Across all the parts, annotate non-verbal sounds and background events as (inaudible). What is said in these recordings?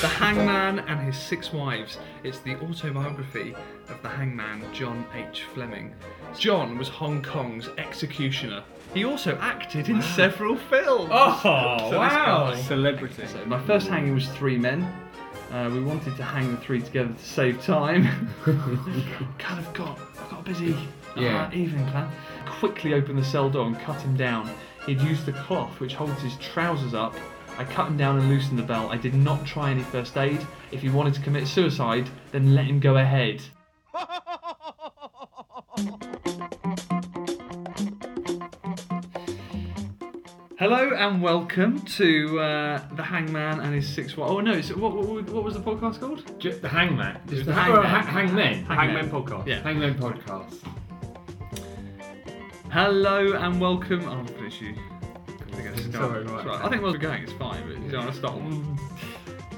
The Hangman and His Six Wives. It's the autobiography of the hangman John H. Fleming. John was Hong Kong's executioner. He also acted in several films. Oh, this wow. guy- Celebrity. So my first hanging was three men. Uh, we wanted to hang the three together to save time. God, I've got, I've got a busy Yeah. uh, evening plan. Quickly opened the cell door and cut him down. He'd used the cloth which holds his trousers up. I cut him down and loosened the belt. I did not try any first aid. If he wanted to commit suicide, then let him go ahead. Hello and welcome to uh, the Hangman and his six. Wa- oh no! It's, what, what, what was the podcast called? J- the Hangman. Just the Hangman. Hangman. hangmen. Hangman. Hangmen podcast. Yeah. Hangman podcast. Hello and welcome. Oh, I'll finish you. I think that's- Sorry, it's right. all I think where we're going is fine, but you don't want to stop.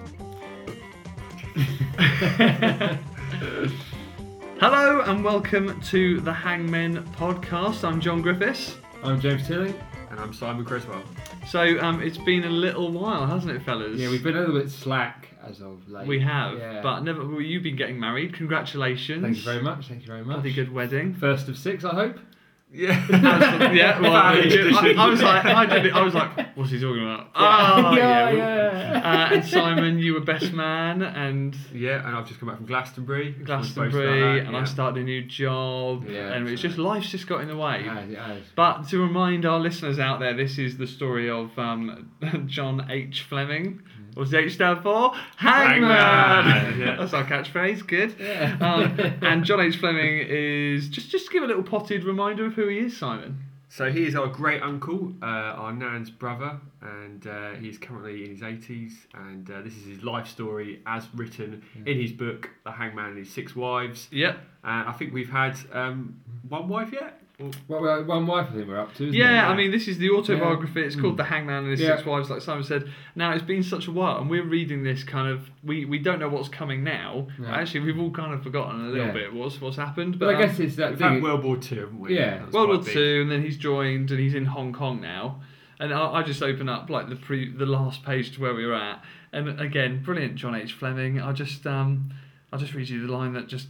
Hello and welcome to the Hangmen podcast. I'm John Griffiths. I'm James Tilly. And I'm Simon Criswell. So um, it's been a little while, hasn't it, fellas? Yeah, we've been a little bit slack as of late. We have, Yeah. but never. Well, you've been getting married. Congratulations. Thank you very much. Thank you very much. Bloody good (laughs) wedding. (laughs) First of six, I hope. (laughs) Yeah. Absolutely. yeah, well, I, Family tradition. I was like, I did it. I was (laughs) like, what's he talking about? Oh, yeah, we- yeah. Uh, and Simon, you were best man, and yeah, and I've just come back from Glastonbury. We spoke about Glastonbury, that, and yeah. I started a new job, Yeah, and it's just life's just got in the way. It has, it has. But to remind our listeners out there, this is the story of um, (laughs) John H. Fleming. What's the H stand for? Hangman! Hangman, yeah. That's our catchphrase, good. Yeah. Um, and John H. Fleming is just just give a little potted reminder of who he is, Simon. So he is our great uncle, uh, our nan's brother, and uh, he's currently in his 80s. And uh, this is his life story as written in his book, The Hangman and His Six Wives. Yep. And I think we've had um, one wife yet. Or- Well, well, one wife, I think we're up to. Isn't Yeah, it? Hmm. I mean, this is the autobiography. It's called The Hangman and His Yeah. Six Wives, like Simon said. Now, it's been such a while, and we're reading this kind of. We, we don't know what's coming now. Yeah. Actually, we've all kind of forgotten a little Yeah. bit what's what's happened. But, But I um, guess it's that We've had thing. World War Two, haven't we? Yeah. That was World quite War big. Two, and then he's joined, and he's in Hong Kong now. And I, I just open up like the pre the last page to where we were at, and again, brilliant John H. Fleming. I just um, I just read you the line that just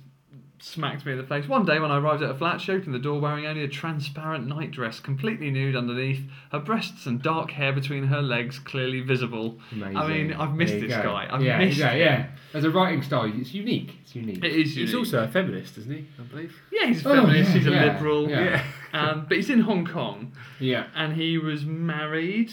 smacked me in the face. One day when I arrived at her flat, she opened the door wearing only a transparent nightdress, completely nude underneath, her breasts and dark hair between her legs clearly visible. I mean, Amazing. I've missed There you this go. guy. I've yeah, missed yeah, him. yeah. As a writing style, it's unique. It's unique. It is. He's unique. also a feminist, isn't he? I believe. yeah, he's a Oh, feminist. yeah, he's a yeah, liberal. yeah. Um, but he's in Hong Kong, yeah, and he was married.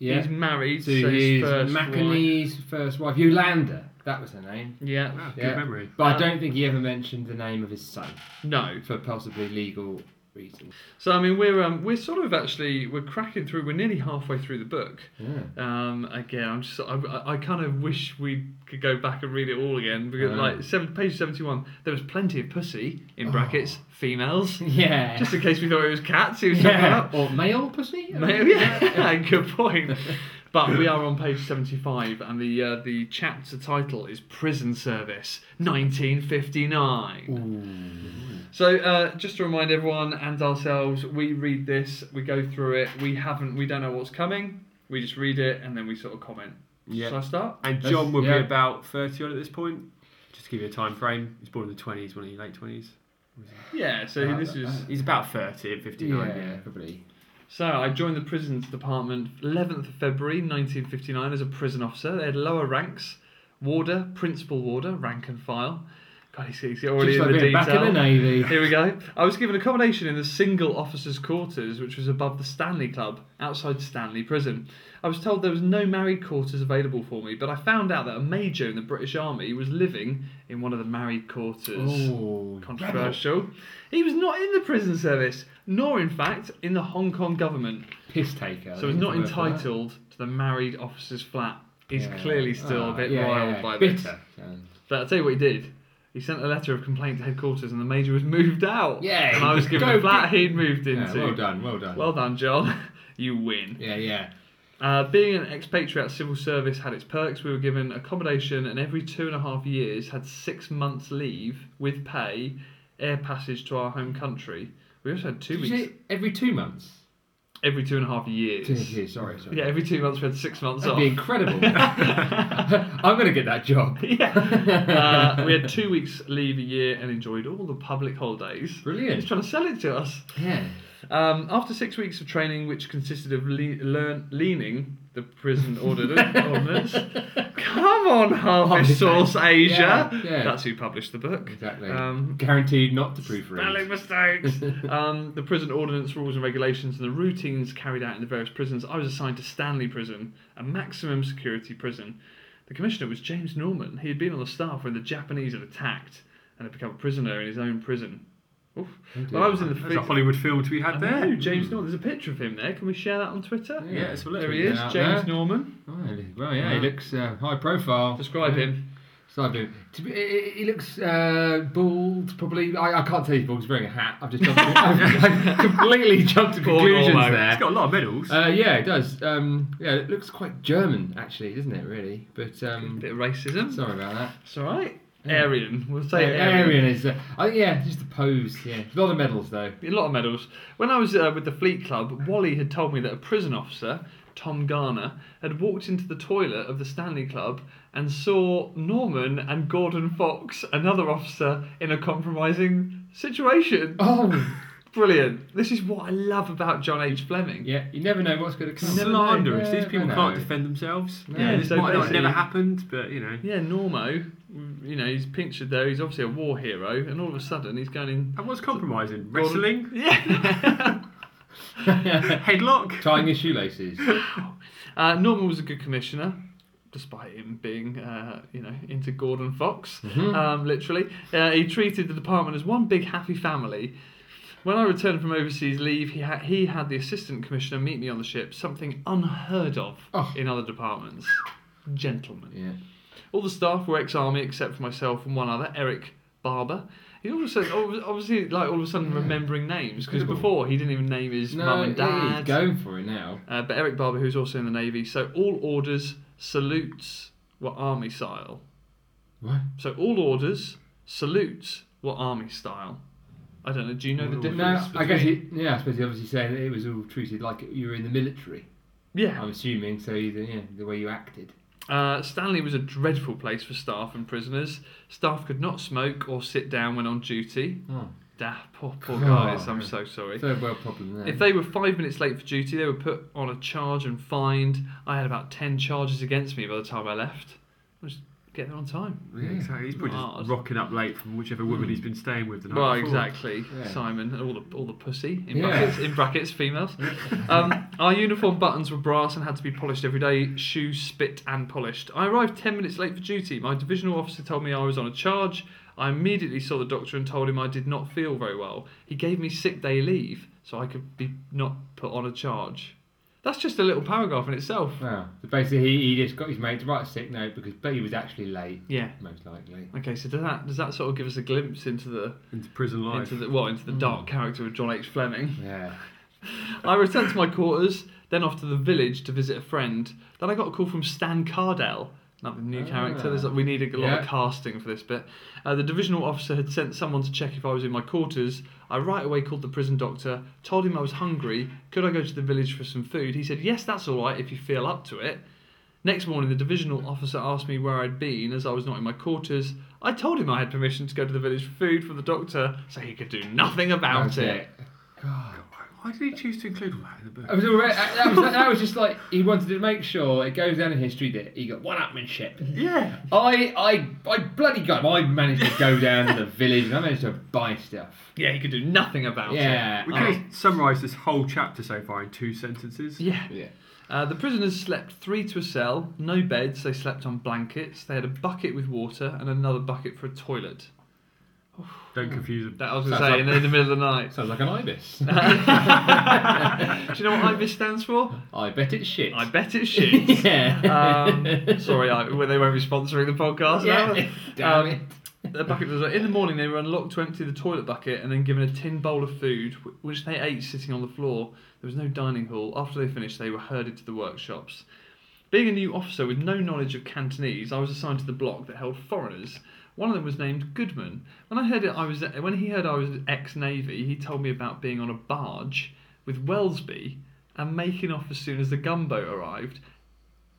yeah. He's married to so his, his first wife. Macanese first wife, Yolanda. That was her name. Yeah. Wow, Yeah. Ah, Good memory. But Uh, I don't think he ever mentioned the name of his son No. for possibly legal reasons. So I mean, we're um, we're sort of actually we're cracking through. We're nearly halfway through the book. Yeah. Um, again, I'm just I, I- I kind of wish we could go back and read it all again because I know. like seven, page seventy one, there was plenty of pussy in brackets females. (laughs) Yeah. Just in case we thought it was cats. He was talking (laughs) yeah. about. Or male pussy? Maybe, (laughs) yeah, good point. But we are on page seventy-five, and the uh, the chapter title is "Prison Service, 1959." So, uh, just to remind everyone and ourselves, we read this, we go through it, we haven't, we don't know what's coming, we just read it and then we sort of comment. Yeah. Shall I start? And That's- John will yeah. be about 30 odd at this point. Just to give you a time frame, he's born in the 20s, wasn't he? Late 20s. Yeah, so Uh, this is. uh, He's about 30 at 59. Yeah. Yeah, probably. So, I joined the prisons department 11th of February 1959 as a prison officer. They had lower ranks warder, principal warder, rank and file. God, he's, he's already Just in like the being detail. back in eh? the Navy. (laughs) Here we go. I was given accommodation in the single officers' quarters, which was above the Stanley Club, outside Stanley Prison. I was told there was no married quarters available for me, but I found out that a major in the British Army was living in one of the married quarters. Oh, Controversial. He was not in the prison service, nor in fact in the Hong Kong government, piss taker. I so think he's not is the word for that. entitled to the married officers' flat. He's Yeah. clearly still a Ah, bit yeah, riled yeah, by this. Bitter. Um, But I'll tell you what he did. He sent a letter of complaint to headquarters and the major was moved out. Yay. And I (laughs) was given Go a flat he'd moved Yeah, into. well done, well done. Well done, John. (laughs) you win. yeah, yeah. Uh, being an expatriate civil service had its perks. We were given accommodation and every two and a half years had six months leave with pay, air passage to our home country. We also had two Did you weeks. say every two months? every two and a half years. Two years, sorry, sorry. Yeah, every two months we had six months That'd off. (laughs) be incredible. (laughs) I'm going to get that job. (laughs) yeah. Uh, we had two weeks leave a year and enjoyed all the public holidays. He's Brilliant. trying to sell it to us. Yeah. Um, after six weeks of training, which consisted of le- learn- leaning the prison (laughs) ordin- ordinance. Come on, Harvest Source Asia. Yeah, yeah. That's who published the book. Exactly. Um, Guaranteed not to proofread. Spelling (laughs) mistakes. um, the prison ordinance rules and regulations and the routines carried out in the various prisons. I was assigned to Stanley Prison, a maximum security prison. The commissioner was James Norman. He had been on the staff when the Japanese had attacked and had become a prisoner in his own prison. Oof. Oh, Well, I was in the There's a Hollywood film to be I had know, there. James Norman. There's a picture of him there. Can we share that on Twitter? Yeah, it's There he is, Yeah, James there. Norman. Oh, well, yeah, he looks uh, high profile. Describe him. So I do. To be, he- he looks uh, bald, probably. I, I can't tell you he's bald. He's wearing a hat. I've just jumped. (laughs) I've, I've completely jumped to Bald conclusions Ormo. there. It's got a lot of medals. Uh, yeah, it does. Um, yeah, it looks quite German, actually, doesn't it? Really, but A um, bit of racism. sorry about that. It's all right. Yeah. Aryan. We'll So say Aryan. Arian is. Uh, oh yeah, just the pose. Yeah, a lot of medals though. A lot of medals. When I was uh, with the Fleet Club, Wally had told me that a prison officer, Tom Garner, had walked into the toilet of the Stanley Club and saw Norman and Gordon Fox, another officer, in a compromising situation. Oh, Brilliant. This is what I love about John H. Fleming. yeah. You never know what's going to come. Slanderous. Yeah, These people I know. can't defend themselves. No. yeah, this So might not have basically- never happened, but you know. Yeah, Normo, you know, he's pictured there. He's obviously a war hero, and all of a sudden he's going in. And what's compromising? Wrestling? Yeah. Headlock? (laughs) Tying his (laughs) shoelaces. Uh, Norman was a good commissioner, despite him being, uh, you know, into Gordon Fox, Mm-hmm. Mm. um, literally. Uh, he treated the department as one big happy family. When I returned from overseas leave, he, ha- he had the assistant commissioner meet me on the ship, something unheard of Oh. in other departments. Gentlemen. Yeah. All the staff were ex-army except for myself and one other, Eric Barber. He all of a sudden, ob- obviously, like all of a sudden, remembering names because Incredible. before he didn't even name his No, mum and yeah, dad. he's going for it now. Uh, but Eric Barber, who's also in the Navy, so all orders, salutes were army style. What? So all orders, salutes were army style. I don't know. Do you know the Well, difference? No, I guess between- he, yeah. I suppose he obviously saying that it was all treated like you were in the military. Yeah. I'm assuming so. Either yeah, the way you acted. Uh, Stanley was a dreadful place for staff and prisoners. Staff could not smoke or sit down when on duty. Oh, Dah, poor, poor God. guys. I'm so sorry. third world problem there. If they were five minutes late for duty, they were put on a charge and fined. I had about ten charges against me by the time I left. I just get there on time. Yeah, exactly. He's probably Mars. just rocking up late from whichever woman he's been staying with the night Well, before. Hmm. exactly, Yeah. Simon. All the all the pussy in Yeah. brackets, in brackets, (laughs) females. Um, our uniform buttons were brass and had to be polished every day. Shoes spit and polished. I arrived ten minutes late for duty. My divisional officer told me I was on a charge. I immediately saw the doctor and told him I did not feel very well. He gave me sick day leave so I could be not put on a charge. That's just a little paragraph in itself. Wow. So basically, he, he just got his mate to write a sick note because but he was actually late, Yeah. most likely. Okay, so does that does that sort of give us a glimpse into the Into prison life. into the well into the Mm. dark character of John H. Fleming? Yeah. I returned to my quarters, then off to the village to visit a friend. Then I got a call from Stan Cardell, another new Ah. character. There's, we need a lot Yeah. of casting for this bit. Uh, the divisional officer had sent someone to check if I was in my quarters. I right away called the prison doctor, told him I was hungry. Could I go to the village for some food? He said, Yes, that's all right if you feel up to it. Next morning, the divisional officer asked me where I'd been as I was not in my quarters. I told him I had permission to go to the village for food from the doctor, so he could do nothing about That's it. it. God. Why did he choose to include all that in the Oh. book? I was already, I- that, was, that was just like he wanted to make sure it goes down in history that he got one upmanship. yeah. I, I, I bloody got him. I managed to go down to the village and I managed to buy stuff. Yeah, he could do nothing about it. Yeah. We I- could have summarised this whole chapter so far in two sentences. Oh. Yeah. yeah. Uh, the prisoners slept three to a cell, no beds, they slept on blankets. They had a bucket with water and another bucket for a toilet. Don't confuse them. That I was going to Sounds say, like- and in the middle of the night. Sounds like an ibis. Do you know what IBIS stands for? Oh, I bet it's shit. (laughs) I bet it's shit. yeah. um, sorry, I, well, they won't be sponsoring the podcast yeah. now. (laughs) Um, Damn it. The bucket was in the morning. They were unlocked to empty the toilet bucket and then given a tin bowl of food, wh- which they ate sitting on the floor. There was no dining hall. After they finished, they were herded to the workshops. Being a new officer with no knowledge of Cantonese, I was assigned to the block that held foreigners. One of them was named Goodman. When I heard it, I was when he heard I was ex-navy. He told me about being on a barge with Wellesby, and making off as soon as the gunboat arrived.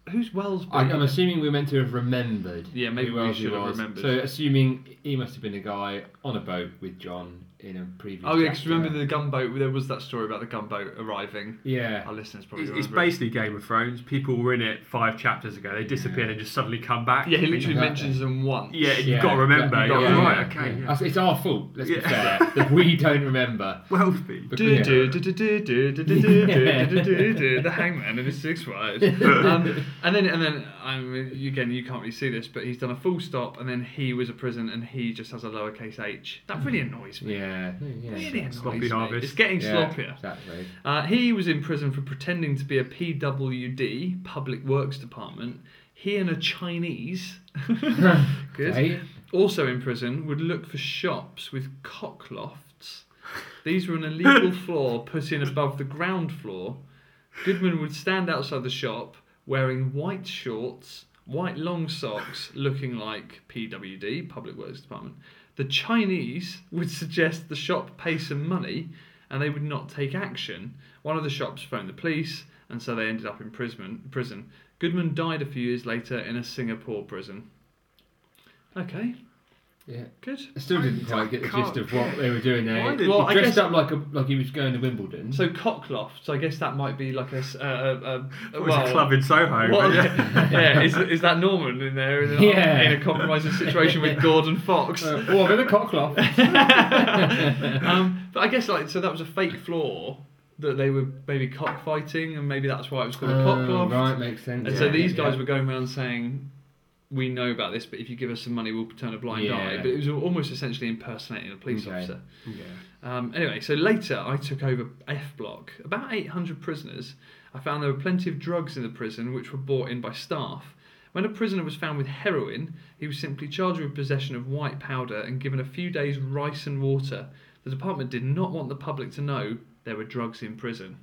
Who's Wells? I, I'm bringing- assuming we're meant to have remembered. Yeah, maybe who we else he should have was. remembered. So, assuming he must have been a guy on a boat with John in a previous. Oh yeah, because chapter. remember the gunboat? There was that story about the gunboat arriving. Yeah. Our listeners probably It's, it's remember it. basically Game of Thrones. People were in it five chapters ago. They disappeared and just suddenly come back. Yeah, he literally Exactly. mentions them once. Yeah, you've Yeah, got to remember. yeah, You're yeah, yeah, like, right, okay. yeah. Yeah. That's- It's our fault. Let's be Yeah. (laughs) fair that we don't remember. Wealthy. But- Do, yeah. do, do, do, do, do, do, do, do, do, do, do, do, the hangman and his six wives. Um, and then, and then, I mean, again, you can't really see this, but he's done a full stop, and then he was a prison, and he just has a lowercase h. That really annoys me. Yeah. yeah. Really annoys Sloppy me. harvest. It's getting Yeah, sloppier. Exactly. Uh, he was in prison for pretending to be a PWD, Public Works Department. He and a Chinese, (laughs) good, Okay. also in prison, would look for shops with cocklofts. These were an illegal floor put in above the ground floor. Goodman would stand outside the shop wearing white shorts, white long socks, looking like PWD, Public Works Department. The Chinese would suggest the shop pay some money and they would not take action. One of the shops phoned the police and so they ended up in prison. prison. Goodman died a few years later in a Singapore prison. Okay, Yeah. good. I still didn't quite get the gist of what they were doing there. Why He did- Well, I dressed guess- up like a, like he was going to Wimbledon. So cockloft. So I guess that might be like a s- a- a- a- It was well, a club in Soho. what- but yeah. (laughs) yeah. is, is that Norman in there in a, (laughs) Yeah. in a compromising situation (laughs) with Gordon Fox? Uh, oh, I'm in a cockloft. um, but I guess like so that was a fake floor that they were maybe cockfighting, and maybe that's why it was called a cockloft. Oh, right, makes sense. And so these guys were going around saying, "We know about this, but if you give us some money, we'll turn a blind Yeah. eye." But it was almost essentially impersonating a police Okay. officer. Yeah. Um, anyway, so later I took over F Block. About 800 prisoners. I found there were plenty of drugs in the prison which were bought in by staff. When a prisoner was found with heroin, he was simply charged with possession of white powder and given a few days' rice and water. The department did not want the public to know there were drugs in prison.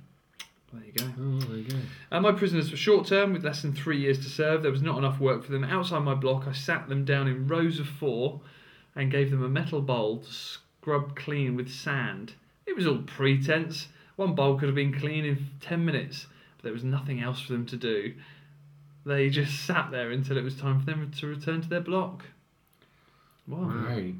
There you go. Oh, there you go. Uh, my prisoners were short term, with less than three years to serve. There was not enough work for them. Outside my block, I sat them down in rows of four and gave them a metal bowl to scrub clean with sand. It was all pretense. One bowl could have been clean in 10 minutes, but there was nothing else for them to do. They just sat there until it was time for them to return to their block. Wow. Great.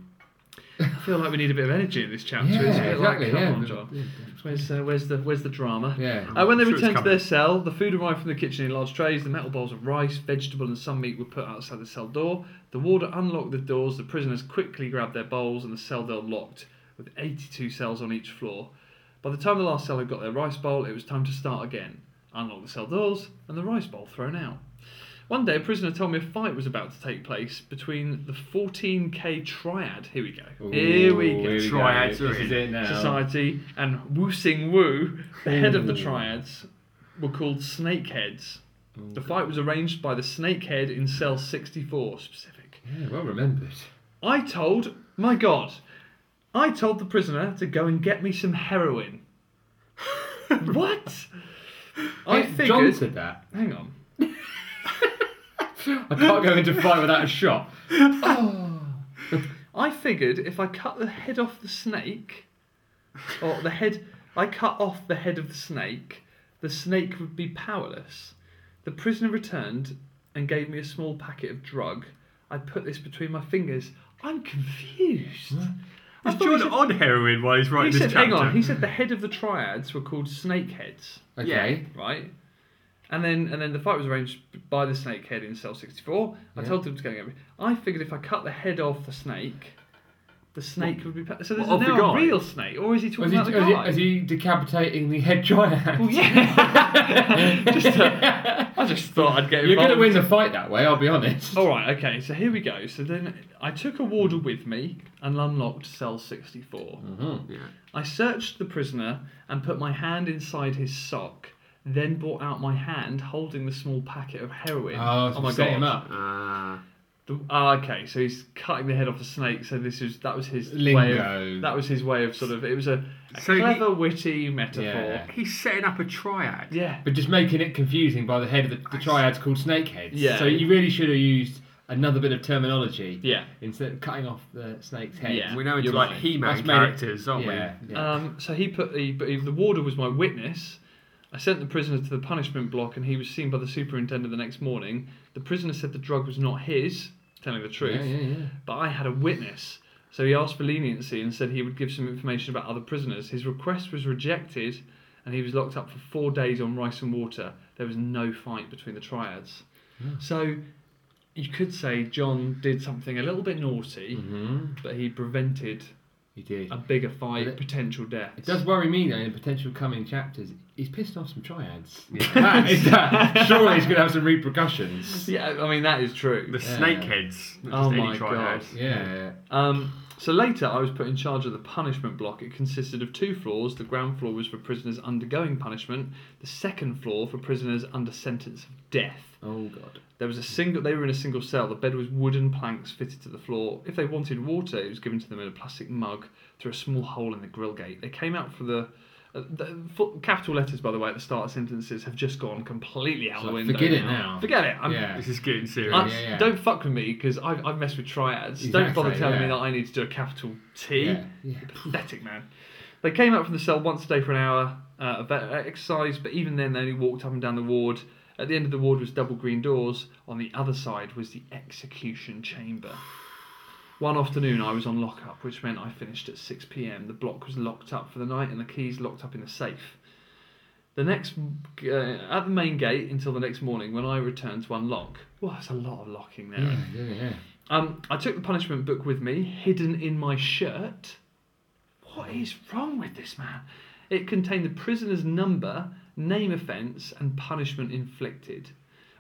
I feel like we need a bit of energy in this chapter. Yeah, it's a bit exactly. like, come yeah. on, John. Where's, uh, where's, the, where's the drama? yeah. Uh, when they Sure it's returned to coming. their cell, the food arrived from the kitchen in large trays. The metal bowls of rice, vegetable, and some meat were put outside the cell door. The warder unlocked the doors. The prisoners quickly grabbed their bowls, and the cell door locked, with 82 cells on each floor. By the time the last cell had got their rice bowl, it was time to start again. Unlock the cell doors, and the rice bowl thrown out. One day, a prisoner told me a fight was about to take place between the 14k triad. Here we go. here we go. go. Triads are This in. is it now. Society and Wu Sing Wu, the head of the Ooh. triads, were called Snakeheads. The fight was arranged by the Snakehead in cell 64 specific. Yeah, well remembered. I told, my god, I told the prisoner to go and get me some (laughs) heroin. what? I Yeah, John figured. said that. Hang on. I can't go into a fight without a shot. (laughs) I figured if I cut the head off the snake, or the head, I cut off the head of the snake, the snake would be powerless. The prisoner returned and gave me a small packet of drug. I put this between my fingers. I'm confused. I Is thought he John said- on heroin while he's he writing this said, chapter? hang on, he said the head of the triads were called snakeheads Okay. right? And then and then the fight was arranged by the snake head in cell 64. I Yeah. told them to go and get me. I figured if I cut the head off the snake, the snake would be. Pa- so there's What, of the now a guy? real snake, or is he Was talking he, about the was, he, guy? was he decapitating the head giant? (laughs) Well, (laughs) yeah. (laughs) just, uh, I just thought I'd get You're involved. Oh. going to win the fight that way, I'll be honest. All right, okay. So here we go. So then I took a warder with me and unlocked cell 64. Mhm. Yeah. I searched the prisoner and put my hand inside his sock, then brought out my hand holding the small packet of heroin. Oh, so my set God. him up. Ah. The, ah, okay, so he's cutting the head off a snake. So this is that was his way. Lingo. Of, that was his way of sort of. It was a, a So he- clever, witty metaphor. Yeah. He's setting up a triad. Yeah. But just making it confusing by the head of the, the triads called snakeheads. Yeah. So you really should have used another bit of terminology Yeah. instead of cutting off the snake's head. Yeah. Uh, We know it's You're like right. He-Man That's made it- characters, aren't yeah, we? yeah. Um, so he put the but he, the warder was my witness. I sent the prisoner to the punishment block and he was seen by the superintendent the next morning. The prisoner said the drug was not his, telling the truth, Yeah, yeah, yeah. but I had a witness. So he asked for leniency and said he would give some information about other prisoners. His request was rejected and he was locked up for four days on rice and water. There was no fight between the triads. Yeah. So you could say John did something a little bit naughty, Mhm. but he prevented He did. a bigger fight, But it- potential death. It does worry me though in potential coming chapters. He's pissed off (laughs) some triads. Yeah. that is that. Surely he's going to have some repercussions. Yeah, I mean that is true. The snakeheads. not Oh just any my triads. God. Yeah. Um, so later, I was put in charge of the punishment block. It consisted of two floors. The ground floor was for prisoners undergoing punishment. The second floor for prisoners under sentence of death. Oh god. There was a single. They were in a single cell. The bed was wooden planks fitted to the floor. If they wanted water, it was given to them in a plastic mug through a small hole in the grill gate. They came out for the. Uh, the fu- capital letters, by the way, at the start of sentences have just gone completely out It's the like, window. forget it now. Forget it. I'm, yeah. This is getting serious. I- Yeah, yeah, yeah. Don't fuck with me because I've, I've messed with triads. Don't bother Exactly, telling me yeah. that I need to do a capital T. Yeah. yeah. Pathetic man. They came out from the cell once a day for an hour uh, of e- exercise, but even then they only walked up and down the ward. At the end of the ward was double green doors. On the other side was the execution chamber. One afternoon I was on lockup, which meant I finished at 6 pm. The block was locked up for the night and the keys locked up in the safe. The next uh, at the main gate until the next morning when I returned to unlock. Well, that's a lot of locking there. Yeah, yeah, yeah. Um, I took the punishment book with me, hidden in my shirt. What is wrong with this man? It contained the prisoner's number, name offence, and punishment inflicted.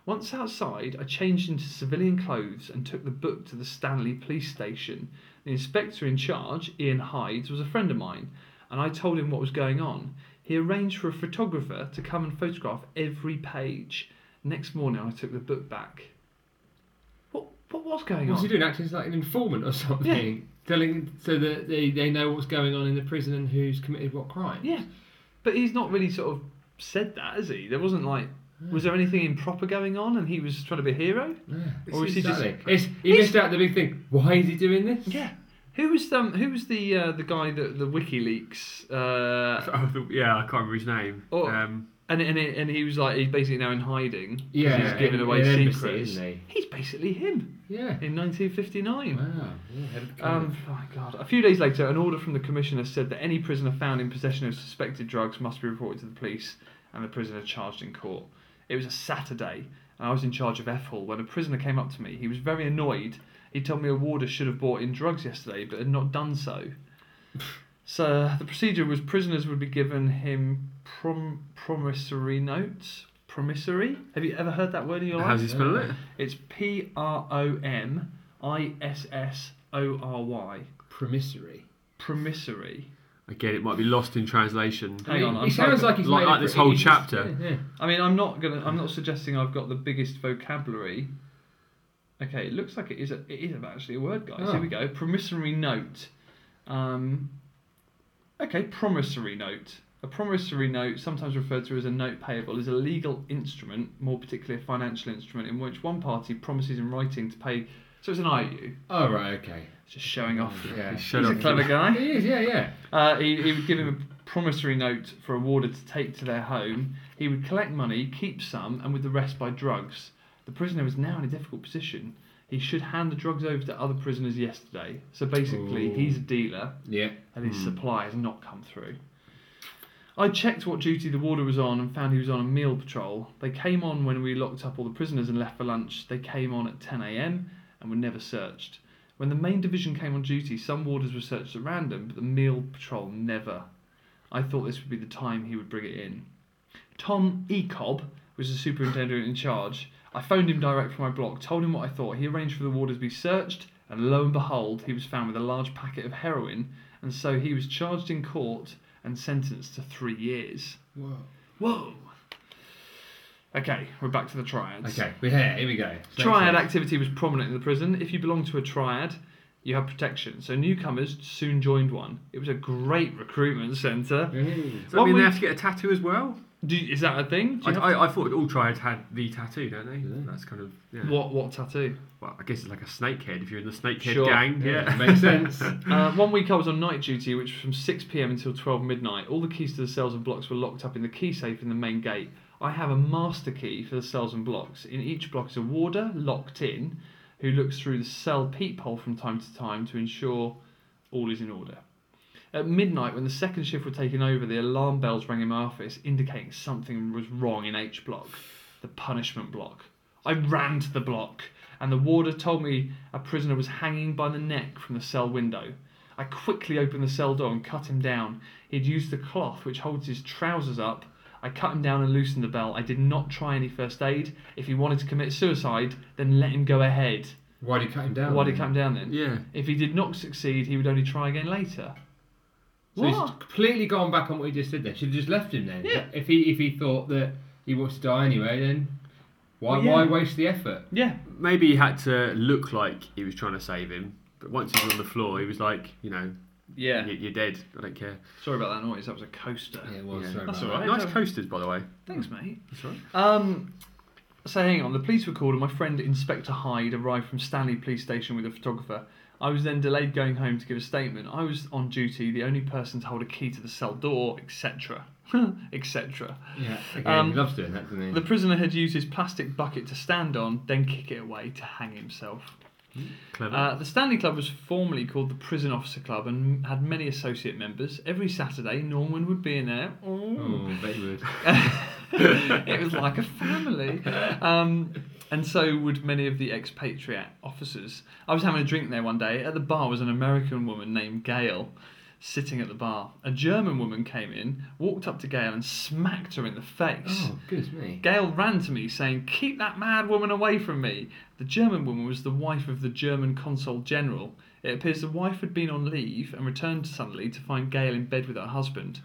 Once outside, I changed into civilian clothes and took the book to the Stanley police station. The inspector in charge, Ian Hydes, was a friend of mine, and I told him what was going on. He arranged for a photographer to come and photograph every page. Next morning, I took the book back. What, what was going What's on? he doing? Acting as like an informant or (laughs) something, telling so that they, they know what's going on in the prison and who's committed what crime. Yeah, but he's not really sort of said that, has he? There wasn't like, Hmm. was there anything improper going on, and he was trying to be a hero? Yeah. Or is he just- Exactly. It's, he He's- missed out the big thing. Why is he doing this? Yeah. Who was um Who was the uh, the guy that the WikiLeaks uh, (laughs) Oh, the- yeah, I can't remember his name. Oh. Um, and and and he was like he's basically now in hiding. 'cause Yeah, He's giving in- away in embassy, secrets. isn't He's basically him he? Yeah. in 1959. Wow. Yeah, head of the Um, oh my God. A few days later, an order from the commissioner said that any prisoner found in possession of suspected drugs must be reported to the police and the prisoner charged in court. It was a Saturday, and I was in charge of F Hall when a prisoner came up to me. He was very annoyed. He told me a warder should have bought in drugs yesterday but had not done so. (laughs) so the procedure was prisoners would be given him prom- promissory notes. Promissory? Have you ever heard that word in your life? how's he spell it? It's P R O M I S S O R Y. promissory. Promissory. Again, it might be lost in translation. Hang on, I'm he sounds typing. like he's Like- made like it this pretty- whole he's chapter. yeah, yeah. I mean, I'm not gonna. I'm not suggesting I've got the biggest vocabulary. Okay, it looks like it is. A, it is actually a word, guys. Oh. Here we go. Promissory note. Um, okay, promissory note. A promissory note, sometimes referred to as a note payable, is a legal instrument, more particularly a financial instrument, in which one party promises in writing to pay. So it's an IOU. Oh right, okay. It's just showing off. Yeah. He's shut He's a up. clever guy. He is, yeah, yeah. Uh, he, he would give him a promissory note for a warder to take to their home. He would collect money, keep some, and with the rest buy drugs. The prisoner was now in a difficult position. He should hand the drugs over to other prisoners yesterday. So basically, Ooh. he's a dealer Yeah. and his Hmm. supply has not come through. I checked what duty the warder was on and found he was on a meal patrol. They came on when we locked up all the prisoners and left for lunch. They came on at 10 am and were never searched. When the main division came on duty, some warders were searched at random, but the meal patrol never. I thought this would be the time he would bring it in. Tom Ecob was the superintendent in charge. I phoned him direct from my block, told him what I thought. He arranged for the warders to be searched, and lo and behold, he was found with a large packet of heroin, and so he was charged in court and sentenced to three years. Whoa. Whoa! Okay, we're back to the triads. Okay, we're here. Here we go. So- Triad so- activity was prominent in the prison. If you belonged to a triad, you had protection. So newcomers soon joined one. It was a great recruitment centre. Mm. Does that mean What they we- have to get a tattoo as well? Do you- is that a thing? Do I, you have- I, I thought all triads had the tattoo, don't they? Do they? That's kind of yeah. what what tattoo? Well, I guess it's like a snake head if you're in the snake head Sure. gang. Yeah, Yeah, makes (laughs) sense. Uh, one week I was on night duty, which was from 6 pm until 12 midnight. All the keys to the cells and blocks were locked up in the key safe in the main gate. I have a master key for the cells and blocks. In each block is a warder locked in who looks through the cell peephole from time to time to ensure all is in order. At midnight, when the second shift were taken over, the alarm bells rang in my office, indicating something was wrong in H block, the punishment block. I ran to the block, and the warder told me a prisoner was hanging by the neck from the cell window. I quickly opened the cell door and cut him down. He'd used the cloth which holds his trousers up. I cut him down and loosened the belt. I did not try any first aid. If he wanted to commit suicide, then let him go ahead. Why do you cut him down? Why'd he cut him down then? yeah. (laughs) If he did not succeed, he would only try again later. So he's completely gone back on what he just did there. Should have just left him then. Yeah. If he if he thought that he wants to die anyway, then why Well, yeah. why waste the effort? Yeah, Maybe he had to look like he was trying to save him, but once he was on the floor, he was like, you know, yeah. "You- you're dead. I don't care. Sorry about that noise. That was a coaster. Yeah, well, Yeah. sorry That's about all right. Nice don't- coasters, by the way. Thanks, mate. That's all right. Um, so hang on. The police were called, and my friend Inspector Hyde arrived from Stanley Police Station with a photographer. I was then delayed going home to give a statement. I was on duty, the only person to hold a key to the cell door, (laughs) etc., etc. that. Yeah. Again, Um, he loves doing that, doesn't he? The prisoner had used his plastic bucket to stand on, then kick it away to hang himself. Clever. Uh, the Stanley Club was formerly called the Prison Officer Club and had many associate members. Every Saturday, Norman would be in there. Ooh. oh, bet you (laughs) would. it was like a family. Um, and so would many of the expatriate officers. I was having a drink there one day. At the bar was an American woman named Gail sitting at the bar. A German woman came in, walked up to Gail, and smacked her in the face. Oh, good me. Gail ran to me saying, Keep that mad woman away from me. The German woman was the wife of the German consul general. It appears the wife had been on leave and returned suddenly to find Gail in bed with her husband.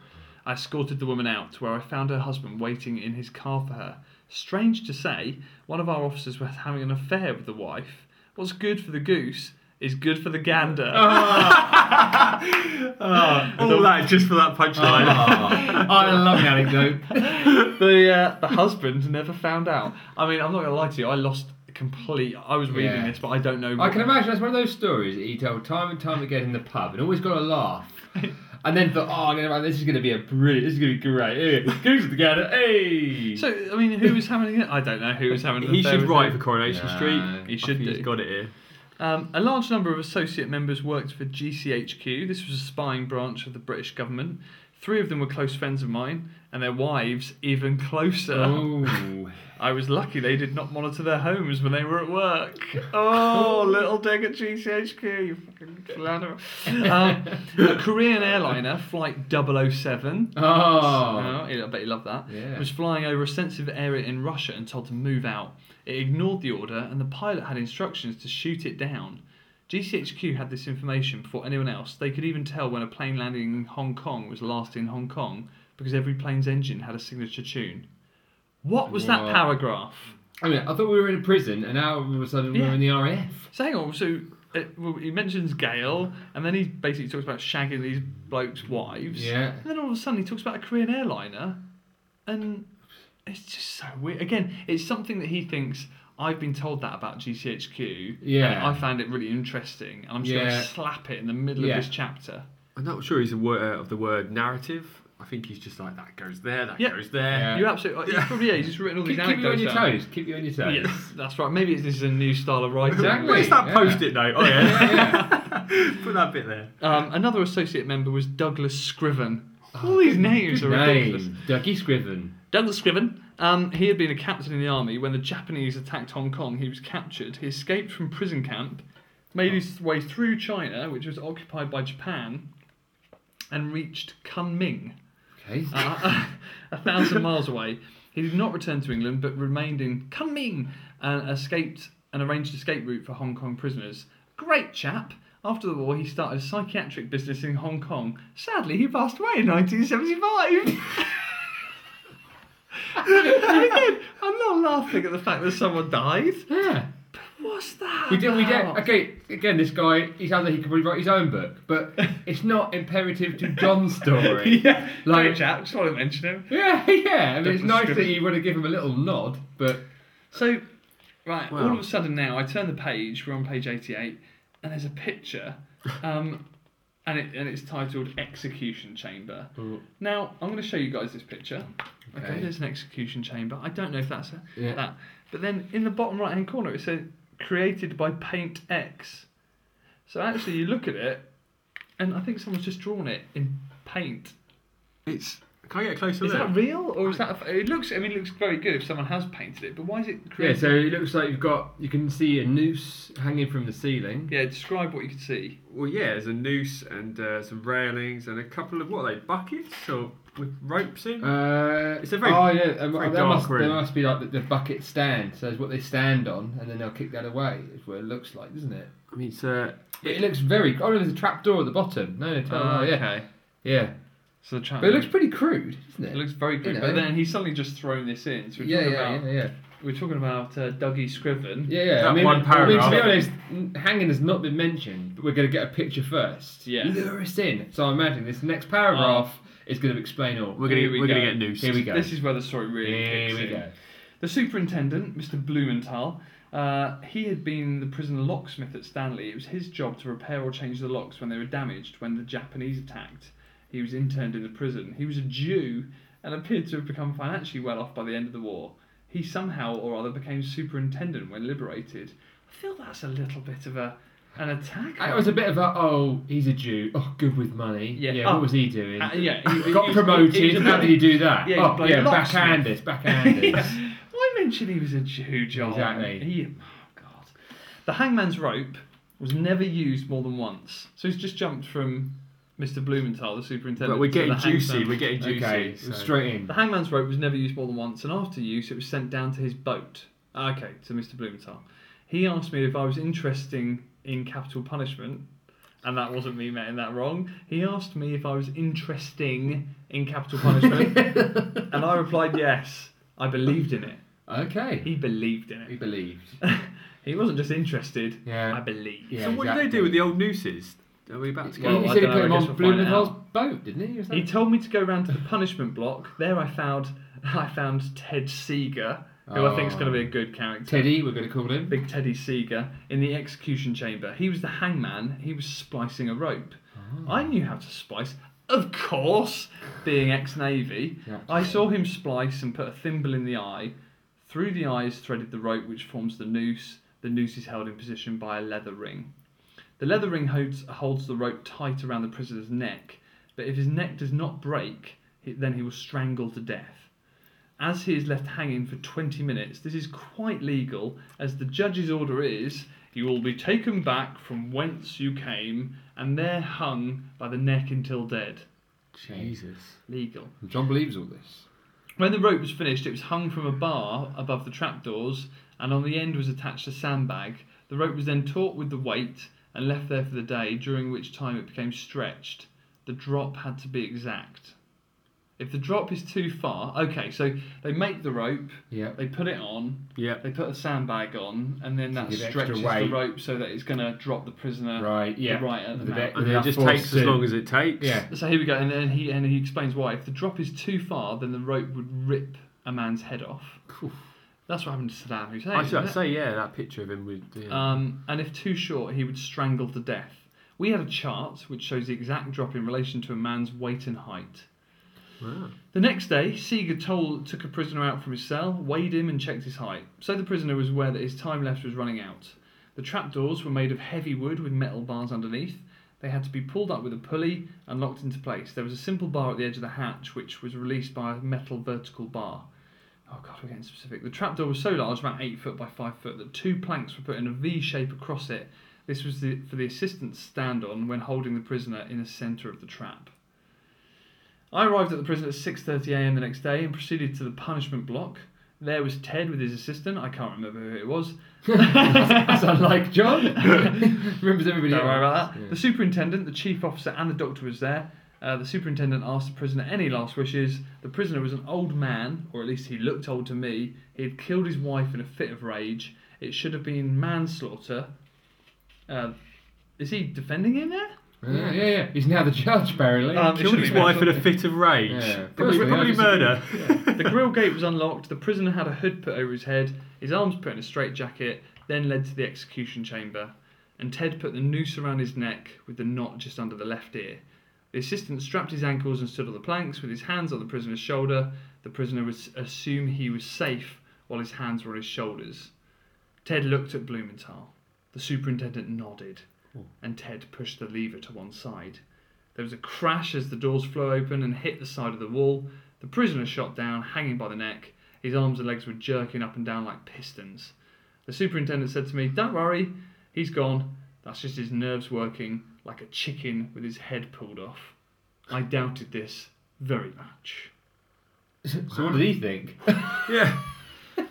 I escorted the woman out to where I found her husband waiting in his car for her. Strange to say, one of our officers was having an affair with the wife. What's good for the goose is good for the (laughs) gander. Uh, all that just for that punchline. I love the anecdote. (laughs) the uh, the husband never found out. I mean, I'm not gonna lie to you. I lost complete. I was reading Yeah. this, but I don't know. I can imagine that's one of those stories that you tell time and time again in the pub and always got a laugh. And then thought, oh, I'm gonna- this is going to be a brilliant, this is going to be great. Hey, Goose the gander, hey! So I mean, who was having it? I don't know who was having it. he should write for Coronation No. Street. He I should think do. He's got it here. Um, a large number of associate members worked for GCHQ. This was a spying branch of the British government. Three of them were close friends of mine, and their wives even closer. oh. I was lucky they did not monitor their homes when they were at (laughs) work. Oh, little dig at GCHQ, you fucking flounder. Um, a Korean airliner, Flight 007, Oh. Oh, I bet you love that. Yeah. Was flying over a sensitive area in Russia and told to move out. It ignored the order, and the pilot had instructions to shoot it down. GCHQ had this information before anyone else. They could even tell when a plane landing in Hong Kong was last in Hong Kong because every plane's engine had a signature tune. What was that Wow. paragraph? I mean, I thought we were in a prison and now all of a sudden Yeah. we're in the RAF. So hang on, so uh, well, he mentions Gail, and then he basically talks about shagging these blokes' wives. Yeah. And then all of a sudden he talks about a Korean airliner, and it's just so weird. Again, it's something that he thinks I've been told that about GCHQ. And Yeah. I found it really interesting, and I'm just going Yeah. to slap it in the middle Yeah. of this chapter. I'm not sure he's aware of the word narrative. I think he's just like that goes there, that Yeah. goes there. Yeah. You absolutely, yeah. probably, yeah, uh, he's just written all Keep, these keep you on anecdotes. your down. toes. Keep you on your toes. Yes, that's right. Maybe it's, this is a new style (laughs) of writing. Exactly. Where's that Yeah. post-it note? Oh yeah, Yeah. (laughs) put that bit there. Um, another associate member was Douglas Scriven. All these names are ridiculous. Name, Dougie Scriven. Douglas Scriven. Um, he had been a captain in the army when the Japanese attacked Hong Kong. He was captured. He escaped from prison camp, made his way through China, which was occupied by Japan, and reached Kunming, Okay. uh, (laughs) a thousand miles away. He did not return to England, but remained in Kunming and escaped and arranged escape route for Hong Kong prisoners. Great chap. After the war, he started a psychiatric business in Hong Kong. Sadly, he passed away in (laughs) 1975. And Again, I'm not laughing at the fact that someone died. yeah. What's that? We do, we do. about? Okay, again, this guy, he sounds like he could probably write his own book, (laughs) but it's not imperative to John's story. (laughs) yeah, Like- like chap. Just want to mention him. yeah, yeah. I mean, it's Different nice that script. you would have given him a little nod, but So, right, Wow. all of a sudden now, I turn the page. We're on page eighty-eight, and there's a picture, um, and it and it's titled "Execution Chamber." Now, I'm going to show you guys this picture. Okay. Okay. there's an execution chamber. I don't know if that's a, Yeah. that, but then in the bottom right-hand corner, it says "Created by Paint X." So actually, you look at it, and I think someone's just drawn it in paint. It's Can I get a closer Is look? that real, or is that? It looks. I mean, it looks very good if someone has painted it. But why is it yeah, created? so it looks like you've got, you can see a noose hanging from the ceiling. Yeah, describe what you can see. Well, yeah, there's a noose and uh, some railings and a couple of what are they buckets or with ropes in. Uh, It's a very- oh yeah, um, very there, dark must, there room. must be like the, the bucket stand. So it's what they stand on, and then they'll kick that away. Is what it looks like, doesn't it? I mean, it's uh, It, looks very. Oh, there's a trap door at the bottom. No, no, tell Ah, oh, yeah, Okay. yeah. So the chat. But it looks pretty crude, doesn't It it? looks very good. You know. But then he's suddenly just thrown this in. So we're yeah, talking yeah, about yeah, yeah, we're talking about uh, Dougie Scriven. yeah, yeah. I That mean, one I mean, to paragraph. be honest, n- hanging has not been mentioned, but we're going to get a picture first. Yeah. Oh. lure us in. So I imagine this next paragraph is going to explain all. we're gonna Here we we are gonna go. get noose. Here we go. This is where the story really Here kicks we in. go. The superintendent, Mr. Blumenthal, uh, he had been the prison locksmith at Stanley. It was his job to repair or change the locks when they were damaged when the Japanese attacked. He was interned in the prison. He was a Jew and appeared to have become financially well off by the end of the war. He somehow or other became superintendent when liberated. I feel that's a little bit of a an attack. That on- was a bit of a oh, he's a Jew. Oh, good with money. Yeah. Yeah. Oh. what was he doing? Uh, (laughs) yeah, he- he Got was- promoted. he was a How bloody- did (laughs) he do that? Yeah, he was oh, bloody yeah. locksmith. Backhand this. (laughs) Backhand this. (laughs) Yeah. Why mention he was a Jew, John? Exactly. He, oh God. The hangman's rope was never used more than once. So he's just jumped from Mr. Blumenthal, the superintendent. But we're to getting the juicy. hangman. We're getting juicy. okay, so- straight in. The hangman's rope was never used more than once, and after use, it was sent down to his boat. Okay, to Mr. Blumenthal. He asked me if I was interested in capital punishment, and that wasn't me getting that wrong. He asked me if I was interesting in capital punishment, and I replied yes. I believed in it. Okay. He believed in We it. believed. He wasn't just interested. Yeah. I believe. Yeah, so what did they exactly. do with the old nooses? Are we about to Well, go? Well, he I said he dunno, put I him guess we'll on find Blumenthal's out. boat, didn't he? He Or something? told me to go round to the punishment block. There, I found (laughs) I found Ted Seeger, who I think is going to be a good character. Teddy, we're going to call him. Big Teddy Seeger in the execution chamber. He was the hangman. He was splicing a rope. I knew how to splice. Of course, being ex Navy, Yeah. I saw him splice and put a thimble in the eye. Through the eye is threaded the rope which forms the noose. The noose is held in position by a leather ring. The leather ring holds, holds the rope tight around the prisoner's neck, but if his neck does not break, he- then he will strangle to death. As he is left hanging for 20 minutes, this is quite legal, as the judge's order is you will be taken back from whence you came and there hung by the neck until dead. Jesus. Legal. John believes all this. When the rope was finished, it was hung from a bar above the trapdoors, and on the end was attached a sandbag. The rope was then taut with the weight and left there for the day, during which time it became stretched. The drop had to be exact. If the drop is too far, okay, so they make the rope, Yeah. they put it on, Yeah. they put a sandbag on, and then that give extra stretches the weight. rope so that it's going to drop the prisoner. Right. Yeah. right at the With a mouth. bit- And with it enough just force takes as to- long as it (laughs) takes. Yeah. So here we go, and then he and he explains why. If the drop is too far, then the rope would rip a man's head off. Oof. That's what happened to Saddam Hussein. I was isn't about to it? say, yeah, that picture of him with. Uh, Yeah. Um, and if too short, he would strangle to death. We had a chart which shows the exact drop in relation to a man's weight and height. Wow. The next day, Seeger told, took a prisoner out from his cell, weighed him, and checked his height. So the prisoner was aware that his time left was running out. The trapdoors were made of heavy wood with metal bars underneath. They had to be pulled up with a pulley and locked into place. There was a simple bar at the edge of the hatch, which was released by a metal vertical bar. Oh god, we're getting specific. The trapdoor was so large, about eight foot by five foot, that two planks were put in a V shape across it. This was the, for the assistant to stand on when holding the prisoner in the centre of the trap. I arrived at the prison at 6:30 a.m. the next day and proceeded to the punishment block. There was Ted with his assistant. I can't remember who it was. That's unlike (laughs) John. Remembers everybody. Don't worry else. about that. The superintendent, the chief officer, and the doctor was there. Uh, the superintendent asked the prisoner any last wishes. The prisoner was an old man, or at least he looked old to me. He had killed his wife in a fit of rage. It should have been manslaughter. Uh, is he defending him there? Yeah, yeah, yeah. He's now the judge, apparently. Um, it Killed should his be wife in a manslaughter. fit of rage. Yeah. Probably, Personally, I probably disagree. murder. (laughs) The grill gate was unlocked. The prisoner had a hood put over his head, his arms put in a straitjacket, then led to the execution chamber. And Ted put the noose around his neck with the knot just under the left ear. The assistant strapped his ankles and stood on the planks with his hands on the prisoner's shoulder. The prisoner was assumed he was safe while his hands were on his shoulders. Ted looked at Blumenthal. The superintendent nodded, and Ted pushed the lever to one side. There was a crash as the doors flew open and hit the side of the wall. The prisoner shot down, hanging by the neck. His arms and legs were jerking up and down like pistons. The superintendent said to me, Don't worry, he's gone. That's just his nerves working like a chicken with his head pulled off. I doubted this very (laughs) much. So what did he think? yeah.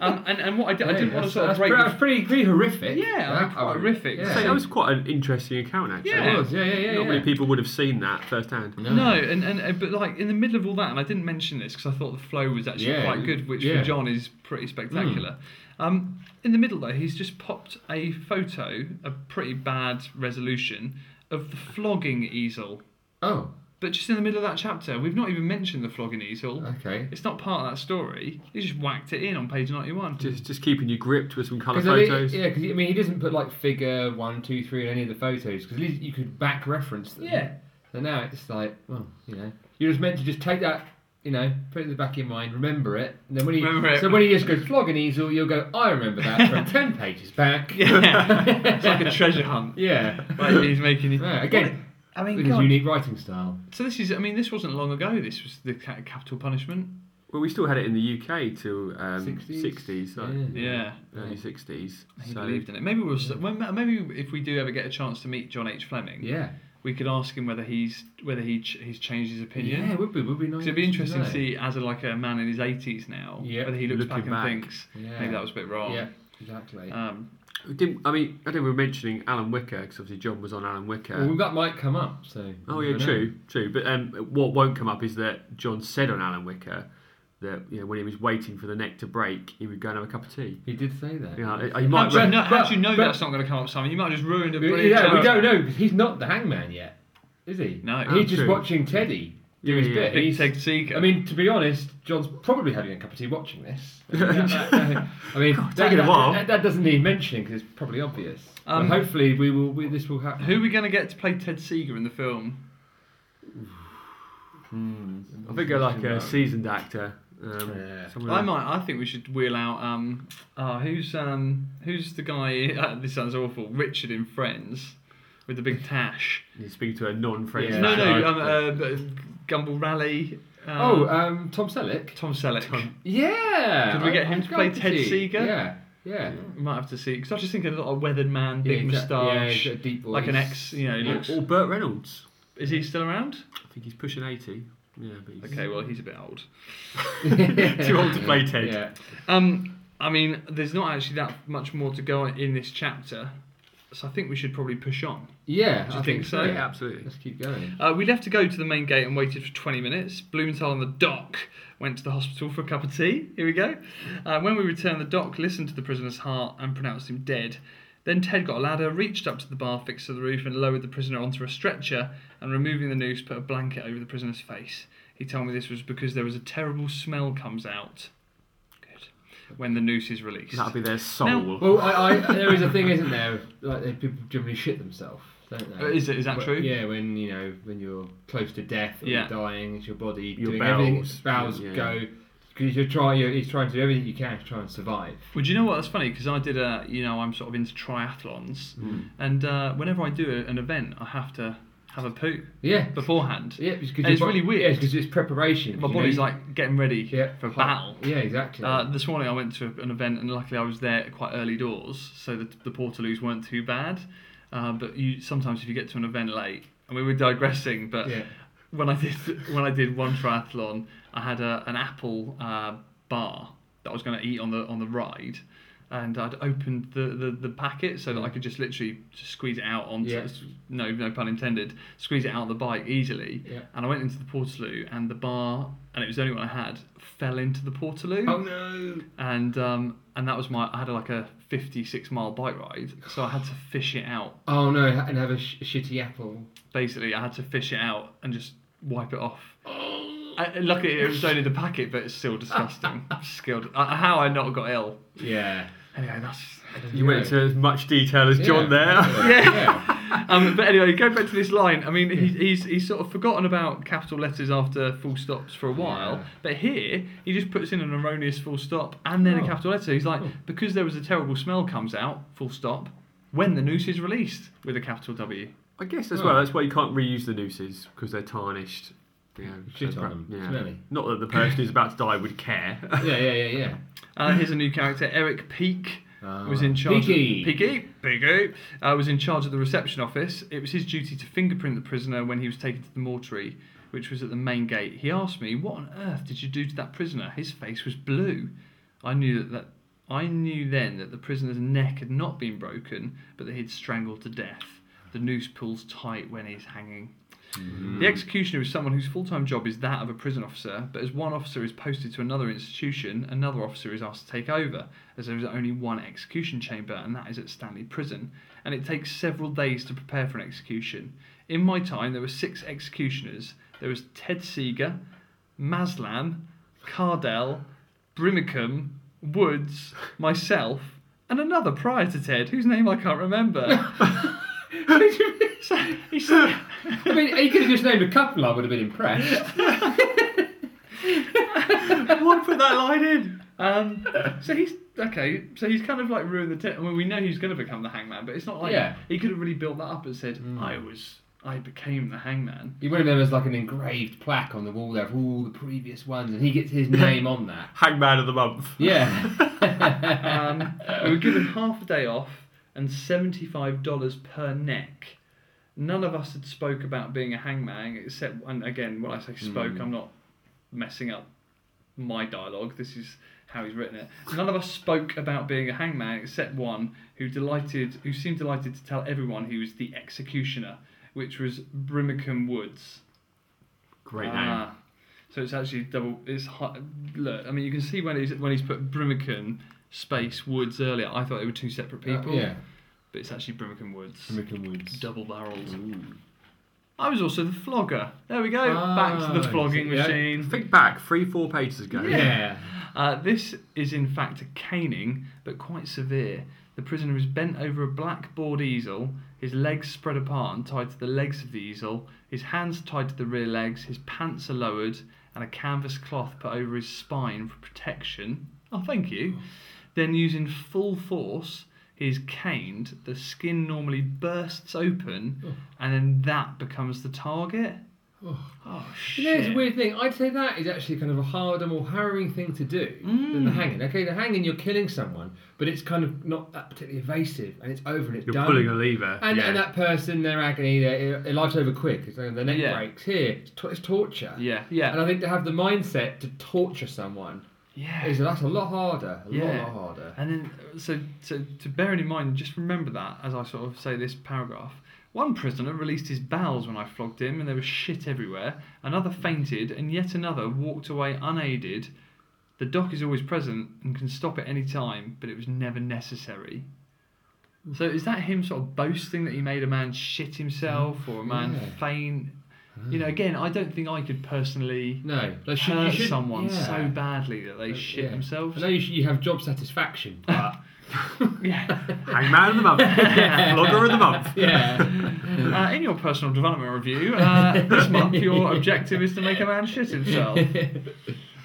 Um, and, and what I did, I didn't Yeah, want to that's- sort of that's break pre- the That's pretty, pretty horrific. Yeah, like, I would- horrific. Yeah. So that was quite an interesting account, actually. Yeah. It was, yeah, yeah, yeah. Not yeah. many people would have seen that firsthand. No, and, and uh, but like in the middle of all that, and I didn't mention this because I thought the flow was actually Yeah, quite good, which for yeah. Mm. John is pretty spectacular. Um, in the middle though, he's just popped a photo, a pretty bad resolution of the flogging easel, Oh, but just in the middle of that chapter, we've not even mentioned the flogging easel. okay. It's not part of that story. He just whacked it in on page ninety-one. Just just keeping you gripped with some colour 'Cause I think- photos. yeah, because I mean, he doesn't put like figure one, two, three in any of the photos because at least you could back reference them. Yeah. So now it's like, well, you know, you're just meant to just take that, you know, put it in the back of your mind, remember it, and then when you, Remember it. so when you just go flog an easel, you'll go, I remember (laughs) that from ten pages (laughs) back. Yeah, it's like a treasure hunt. Yeah. Like he's making you. Yeah, again, I mean, with his God. unique writing style. so this is. I mean, this wasn't long ago. This was the ca- capital punishment. Well, we still had it in the UK till um, 60s. 60s, like, Yeah. Yeah. early 60s. He So- believed in it. Maybe we'll. when- Maybe if we do ever get a chance to meet John H. Fleming, Yeah. we could ask him whether he's whether he ch- he's changed his opinion. Yeah, it would be, would be nice. 'Cause it'd be interesting to know. see, as a, like a man in his eighties now, Yeah, whether he looks back looking and back. thinks Yeah. maybe that was a bit wrong. Yeah, exactly. Um, We didn't, I mean, I think we were mentioning Alan Wicker, because obviously John was on Alan Wicker. well, that might come up, so. Oh you yeah, never know. true, true. But um, what won't come up is that John said on Alan Wicker that you know when he was waiting for the neck to break, he would go and have a cup of tea. He did say that. You know, he how, might. do you but- know, how but- do you know but- that's not going to come up, Simon? You might have just ruined a brilliant. Yeah, we chance. don't know because he's not the hangman yet, is he? No. he's Oh, just true. watching Teddy do Yeah, his yeah. bit. Big He's- Ted Seeger. I mean, to be honest, John's probably having a cup of tea watching this. (laughs) I mean, that- that- I mean, that, taking a that- while. That, that doesn't need mentioning because it's probably obvious. Um, but hopefully, we will. We, this will happen. who are we going to get to play Ted Seeger in the film? I think they're like uh, a seasoned actor. Um, Yeah. someone I like- might. I think we should wheel out. Um, oh, who's um, who's the guy? (laughs) this sounds awful. Richard in Friends, with the big tash. You speak to a non-friend. Yeah. No, Right. no, um, uh, uh, Gumball Rally. Um, Oh, um, Tom Selleck. Tom Selleck. Yeah. Did we I- get him I'm to play glad Ted see. Seeger? Yeah. Yeah. We Might have to see because I was just thinking a lot of weathered man, Yeah, big he's got- yeah, he's moustache, got a deep voice. like an (laughs) (laughs) ex. You know, he looks. Or, or Burt Reynolds. Is he still around? I think he's pushing eighty. Yeah, but he's Okay, well he's a bit old. too old to play Ted. Yeah. Um, I mean, there's not actually that much more to go in this chapter, so I think we should probably push on. Yeah. Do you I think so? Yeah. Yeah, absolutely. Let's keep going. Uh, we left to go to the main gate and waited for 20 minutes. Blumenthal on the dock went to the hospital for a cup of tea. Here we go. Uh, when we returned, the doc listened to the prisoner's heart and pronounced him dead. Then Ted got a ladder, reached up to the bar fixed to the roof, and lowered the prisoner onto a stretcher and, removing the noose, put a blanket over the prisoner's face. He told me this was because there was a terrible smell comes out. Good. When the noose is released. That'll be their soul. Now- Well, I, I, there is a thing, isn't there? Like they, people generally shit themselves, don't Uh, they? Is, it, is that Well, true? Yeah, when you know when you're close to death or Yeah. you're dying, it's your body Your doing everything. bowels. Its bowels Yeah. go because you're trying. You're, it's trying to do everything you can to try and survive. Well, do you know what? That's funny because I did a, you know, I'm sort of into triathlons, Hmm. and uh, whenever I do a, an event, I have to have a poo Yeah, beforehand. yeah. It's, 'cause And your it's bo- really weird. Yeah, because it's preparation. My you know, body's you- like getting ready yeah, for hot- battle. Yeah, exactly. Uh, this morning I went to an event and luckily I was there quite early doors, so the, the portaloos weren't too bad. Uh, but you sometimes if you get to an event late, and we were digressing, but yeah. when I did (laughs) when I did one triathlon, I had a, an apple uh, bar that I was going to eat on the on the ride, and I'd opened the, the, the packet so that I could just literally just squeeze it out onto Mm. Yeah. no no pun intended squeeze it out of the bike easily. Yeah. And I went into the portaloo and the bar and it was the only one I had fell into the portaloo Oh no! and um, and that was my I had like a 56 mile bike ride so I had to fish it out Oh no! And have a sh- shitty apple. basically I had to fish it out and just wipe it off. Oh. I, luckily it was only the packet but it's still (laughs) disgusting. Skilled uh, how I not got ill. Yeah. Anyway that's You went into as much detail as John there. (laughs) Yeah. yeah. Um, but anyway, going back to this line, I mean, he, he's he's sort of forgotten about capital letters after full stops for a while, Yeah. but here he just puts in an erroneous full stop and then Oh. a capital letter. He's like, Oh. because there was a terrible smell comes out, full stop, when the noose is released with a capital W. I guess as Oh. well, that's why you can't reuse the nooses because they're tarnished. You know, Shit so on perhaps- them. Smelly. Not that the person who's about to die would care. (laughs) Yeah. Yeah. Yeah. yeah. Uh, here's a new character, Eric Peak. Ah. was in charge. (laughs) Piggy. Of, Piggy. Piggy. Uh, was in charge of the reception office. It was his duty to fingerprint the prisoner when he was taken to the mortuary, which was at the main gate. He asked me, "What on earth did you do to that prisoner? His face was blue." I knew that. that I knew then that the prisoner's neck had not been broken, but that he'd strangled to death. The noose pulls tight when he's hanging. The executioner is someone whose full time job is that of a prison officer, but as one officer is posted to another institution, another officer is asked to take over, as there is only one execution chamber, and that is at Stanley Prison, and it takes several days to prepare for an execution. In my time, there were six executioners there was Ted Seeger, Maslam, Cardell, Brimacombe, Woods, myself, and another prior to Ted, whose name I can't (laughs) remember. so, he said- I mean, he could have just named a couple. I would have (laughs) been impressed. Why put that line in? Um, so he's okay. So he's kind of like ruined the. Te- I mean, we know he's going to become the hangman, but it's not like Yeah. he could have really built that up and said, "I was, I became the hangman." You would have known there's like an engraved plaque on the wall there of all the previous ones, and he gets his name on that. Hangman of the month. Yeah. (laughs) Um, we were given half a day off and seventy-five dollars per neck. None of us had spoke about being a hangman, except, and again, when I say spoke, I'm not messing up my dialogue. This is how he's written it. None of us spoke about being a hangman except one who delighted, who seemed delighted to tell everyone he was the executioner, which was Brimacombe Woods. Great Uh, name. Ah, so it's actually double. It's hi- look. I mean, you can see when he's when he's put Brimacombe space Woods earlier. I thought they were two separate people. yeah. But it's actually Brimacombe Woods. Rick Woods. Double barreled. I was also the flogger. There we go. Back to Ah, the flogging yeah. machine. Think back three, four pages ago. Yeah. Uh, this is in fact a caning, but quite severe. The prisoner is bent over a blackboard easel, his legs spread apart and tied to the legs of the easel, his hands tied to the rear legs, his pants are lowered, and a canvas cloth put over his spine for protection. Oh, thank you. Then, using full force, he is caned. The skin normally bursts open, and then that becomes the target. Oh. Oh, You know, it's a shit. weird thing. I'd say that is actually kind of a harder, more harrowing thing to do than the Mm. hanging. Okay, the hanging, you're killing someone, but it's kind of not that particularly evasive, and it's over and it's You're done. pulling a lever. and, yeah. and that person, their agony, their, their life's over quick. It's like the neck Yeah. breaks here. It's, to- it's torture. Yeah, yeah. And I think to have the mindset to torture someone Yeah. is that's a lot harder. A lot, Yeah. lot harder. And then, so to, to bear it in mind, just remember that as I sort of say this paragraph. One prisoner released his bowels when I flogged him, and there was shit everywhere. Another fainted, and yet another walked away unaided. The doc is always present and can stop at any time, but it was never necessary. So is that him sort of boasting that he made a man shit himself or a man Yeah. faint? You know, again, I don't think I could personally No, like, should- hurt should- someone yeah. Uh, so badly that they shit yeah. themselves. I know you, should, you have job satisfaction, (laughs) but Yeah. Hangman of (laughs) the month. Flogger of the month. (laughs) yeah, Uh, in your personal development review, uh, this month (laughs) your objective is to make a man shit himself.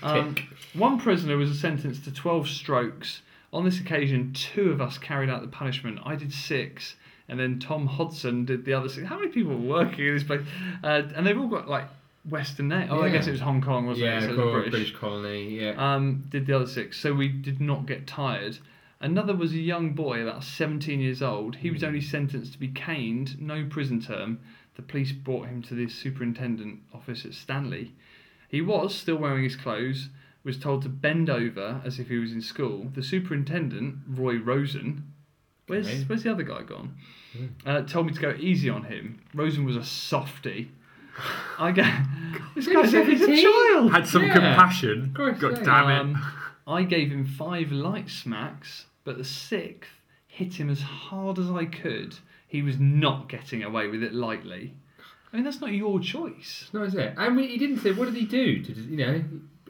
Um, one prisoner was sentenced to 12 strokes. On this occasion, two of us carried out the punishment. I did six, and then Tom Hodson did the other six. How many people were working in this place? Uh, and they've all got like Western names. Oh, I Yeah. guess it was Hong Kong, wasn't yeah, it? So it was cool, British. British colony, yeah. Um, did the other six, so we did not get tired. Another was a young boy, about 17 years old. He was only sentenced to be caned, no prison term. The police brought him to the superintendent office at Stanley. He was still wearing his clothes, was told to bend over as if he was in school. The superintendent, Roy Rosen, where's, Okay. where's the other guy gone? Uh, told me to go easy on him. Rosen was a (laughs) softy. I ga (laughs) this guy said he's a 17? child. Had some Yeah. compassion. Of course, God yeah. damn it. Um, I gave him five light smacks, but the sixth hit him as hard as I could. He was not getting away with it lightly. I mean, that's not your choice. No, is it? And we, he didn't say what did he do to you know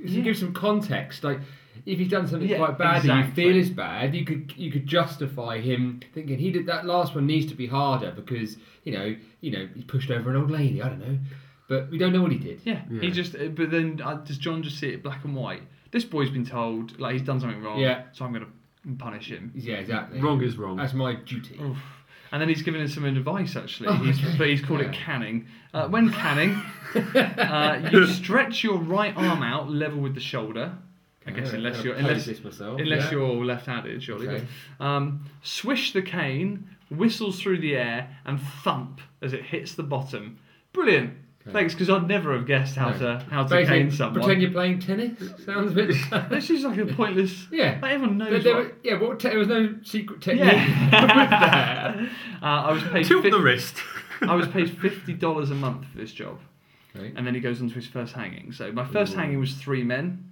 he- he Yeah. give some context. Like if he's done something Yeah, quite bad exactly. and you feel is bad, you could you could justify him thinking he did that last one needs to be harder because you know you know he pushed over an old lady. I don't know, but we don't know what he did. Yeah, he Yeah. just. uh, But then uh, does John just see it black and white? This boy's been told like he's done something wrong. Yeah. So I'm gonna punish him. Yeah, exactly. Wrong is wrong. That's my duty. Oof. And then he's given us some advice actually, Oh, he's, okay. but he's called it Yeah. canning. Uh, when (laughs) canning, uh, you stretch your right arm out level with the shoulder. I guess Okay, unless I'll you're pose unless this myself. Unless Yeah. you're left-handed, surely. Okay. Um, swish the cane, whistles through the air, and thump as it hits the bottom. Brilliant. Okay. Thanks, because I'd never have guessed how No. to how to Basically, cane someone. pretend you're playing tennis. Sounds (laughs) a bit. (laughs) That's just like a pointless. yeah. Like everyone There, knows. there what- were- yeah, what te- there was no secret technique (laughs) with that. (laughs) yeah. (laughs) uh, I was paid. Tilt fif- the wrist. (laughs) I was paid fifty dollars a month for this job. Okay. And then he goes on to his first hanging. So my first Ooh. hanging was three men.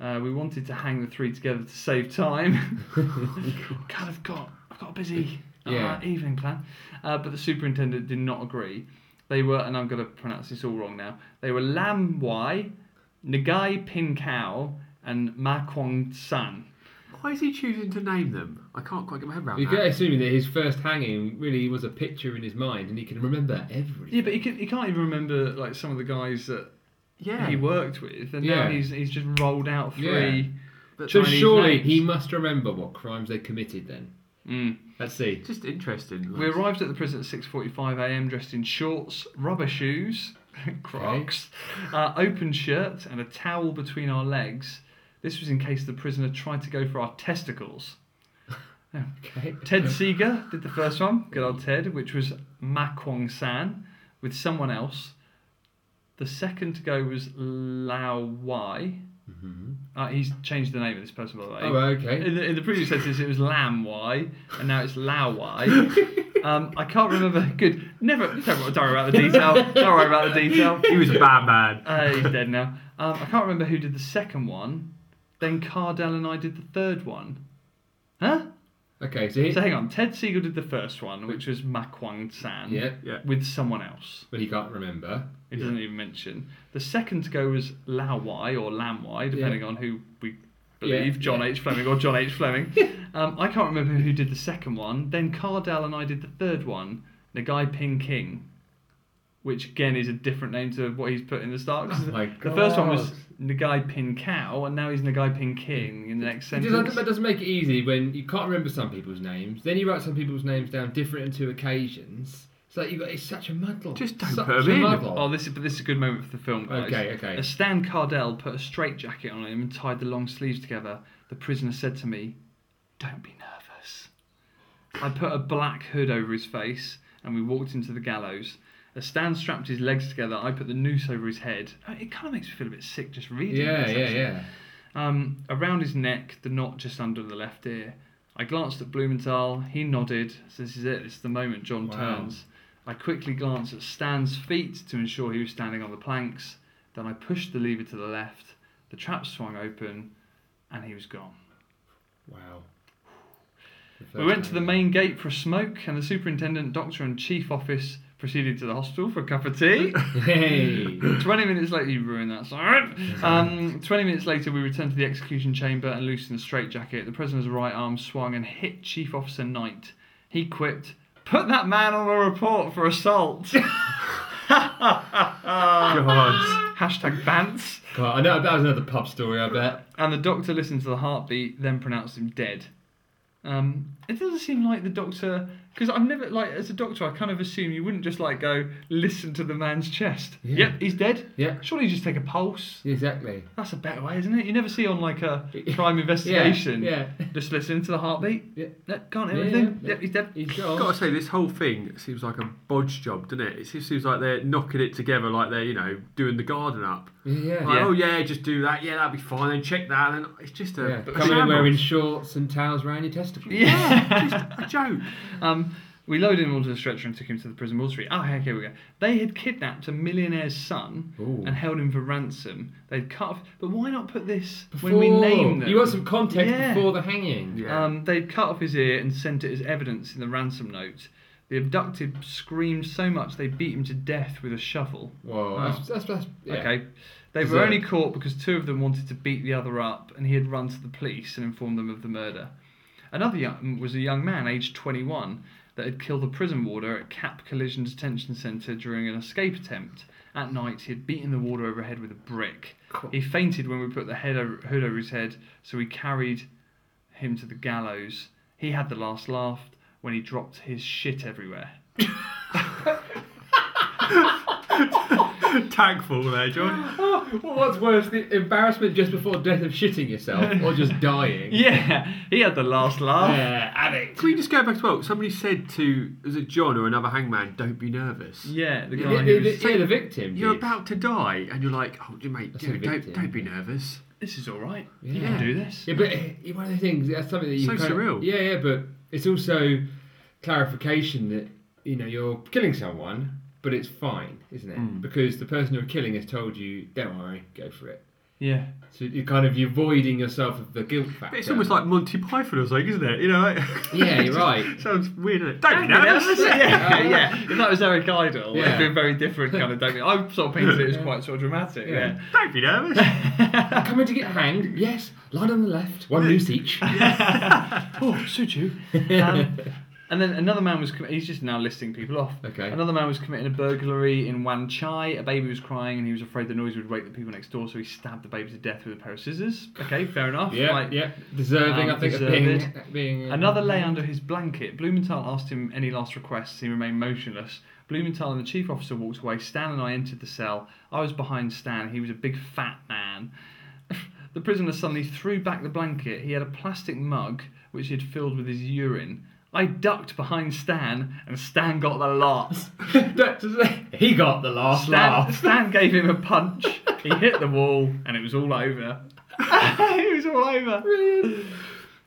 Uh, we wanted to hang the three together to save time. (laughs) (laughs) God, I've got I've got a busy uh, Yeah. evening plan. Uh, but the superintendent did not agree. They were, and I'm going to pronounce this all wrong now. They were Lam Wai, Nagai Pin Kao, and Ma Kwong San. Why is he choosing to name them? I can't quite get my head around You get that. assuming that his first hanging really was a picture in his mind, and he can remember everything. Yeah, but he, can, he can't even remember like some of the guys that Yeah. he worked with, and now Hmm. Yeah. he's he's just rolled out three. But so Chinese surely names. he must remember what crimes they committed. Then Mm. let's see. Just interesting. We arrived at the prison at 6:45 a.m. dressed in shorts, rubber shoes, (laughs) Crocs, uh, open shirt, and a towel between our legs. This was in case the prisoner tried to go for our testicles. Okay. Ted Seeger did the first one, good old Ted, which was Ma Kwong San with someone else. The second to go was Lao Wai. Mhm. Uh, he's changed the name of this person, by the way. (laughs) Oh, okay. In the, in the previous sentence, it was lamb why, and now it's lao why. Um, I can't remember. Good. Never. Don't, don't worry about the detail. Don't worry about the detail. He was a (laughs) bad man. Uh, he's dead now. Um, I can't remember who did the second one. Then Cardell and I did the third one. Huh? Okay. So he, So hang on. Ted Siegel did the first one, which was Makwang San, yeah, with someone else. but he can't remember. It doesn't even mention. The second to go was Lao Wai or Lam Wai, depending on who we believe, Yeah, John yeah. H. Fleming or John H. (laughs) Fleming. um, I can't remember who did the second one. Then Cardell and I did the third one, Nagai Ping King, which again is a different name to what he's put in the start. 'cause Oh my the first one was God. Nagai Pin Cow, and now he's Nagai Pin King in the next It doesn't, sentence. that doesn't make it easy when you can't remember some people's names. Then you write some people's names down different on two occasions. It's like you got it's such a muddle. Just don't such put 'em a in. muddle. Oh, this is but this is a good moment for the film, guys. Okay, okay. As Stan Cardell put a straitjacket on him and tied the long sleeves together, the prisoner said to me, Don't be nervous. I put a black hood over his face and we walked into the gallows. As Stan strapped his legs together, I put the noose over his head. Uh, It kind of makes me feel a bit sick just reading yeah, this. yeah, actually. yeah. Um, around his neck, the knot just under the left ear. I glanced at Blumenthal. He nodded. So this is it. This is the moment John Wow. turns. I quickly glanced at Stan's feet to ensure he was standing on the planks. Then I pushed the lever to the left. The trap swung open, and he was gone. Wow. we went to the main gate for a smoke, and the superintendent, doctor, and chief office proceeded to the hospital for a cup of tea. (laughs) (clears throat) Hey. 20 minutes later, you ruined that, sorry. Um, 20 minutes later, we returned to the execution chamber and loosened the straitjacket. The prisoner's right arm swung and hit Chief Officer Knight. He quipped, Put that man on a report for assault. God. Hashtag bants. God, I know that was another pub story. I bet. And the doctor listened to the heartbeat, then pronounced him dead. Um, it doesn't seem like the doctor, because I've never, like, as a doctor, I kind of assume you wouldn't just, like, go listen to the man's chest. Yeah. Yep, he's dead. Yeah. Surely you just take a pulse. Exactly. That's a better way, isn't it? You never see on like (laughs) a crime investigation. Yeah. yeah. Just listening to the heartbeat. Yeah. No, can't Yeah, hear anything. yeah. Yep, he's dead. He's Gotta say, this whole thing seems like a bodge job, doesn't it? It seems seems like they're knocking it together, like they're you know doing the garden up. Yeah. Like, Yeah. Oh yeah, just do that. Yeah, that'd be fine. And check that. And it's just a, yeah. a Coming in shambles. wearing shorts and towels around your testicles. (laughs) Yeah. (laughs) Oh, just a joke. Um, we loaded him onto the stretcher and took him to the prison wall street. Oh, heck, here we go. They had kidnapped a millionaire's son Ooh. and held him for ransom. They'd cut off. But why not put this Before, when we name them? You want some context Yeah. before the hanging. Yeah. Um, they'd cut off his ear and sent it as evidence in the ransom note. The abducted screamed so much they beat him to death with a shovel. Whoa, Oh. that's, that's, that's yeah. Okay. They Is were it- only caught because two of them wanted to beat the other up, and he had run to the police and informed them of the murder. Another young, mm, was a young man, aged 21, that had killed a prison warder at Cap Collision Detention Centre during an escape attempt. At night, he had beaten the warder overhead with a brick. He fainted when we put the head over, hood over his head, so we carried him to the gallows. He had the last laugh when he dropped his shit everywhere. Tagful there, John. Oh, well, (laughs) what's worse, the embarrassment just before death of shitting yourself (laughs) or just dying? Yeah, (laughs) he had the last laugh. Yeah, addict. Can we just go back to well? Somebody said to was it John or another hangman, "Don't be nervous. Yeah, the The, guy the, who the, was the, yeah, the victim. You're dude. about to die, and you're like, oh, mate, That's dude, a don't, victim. don't be nervous. this is all right. You Yeah. can do this. Yeah, but eh, one of the things that's something that you So kind of- surreal. yeah, yeah, but it's also clarification that you know you're killing someone, but it's fine, isn't it? Mm. Because the person you're killing has told you, "Don't worry, go for it." Yeah. So you kind of you're voiding yourself of the guilt factor. But it's almost like Monty Python or something, isn't it? You know? Like, (laughs) Yeah, it you're just right. Sounds weird. Isn't it? Don't be Yeah, nervous. yeah, yeah. If that was Eric Idle, it'd Yeah. be a very different kind of don't. I sort of painted it as quite sort of dramatic. Yeah. Yeah. (laughs) Don't be nervous. Coming to get hanged? Yes. Line on the left, one loose (laughs) each. oh, suit you. Um, and then another man was. Com- he's just now listing people off. Okay. Another man was committing a burglary in Wan Chai. A baby was crying, and he was afraid the noise would wake the people next door, so he stabbed the baby to death with a pair of scissors. Okay, fair enough. Yeah, Like, yeah. Deserving, um, I think, deserved. of being, being uh, (laughs) Another lay under his blanket. Blumenthal asked him any last requests. He remained motionless. Blumenthal and the chief officer walked away. Stan and I entered the cell. I was behind Stan. He was a big fat man. (laughs) the prisoner suddenly threw back the blanket. He had a plastic mug which he had filled with his urine. I ducked behind Stan, and Stan got the lot. he got the last Stan, laugh. Stan gave him a punch. He hit the wall, and it was all over. (laughs) it was all over.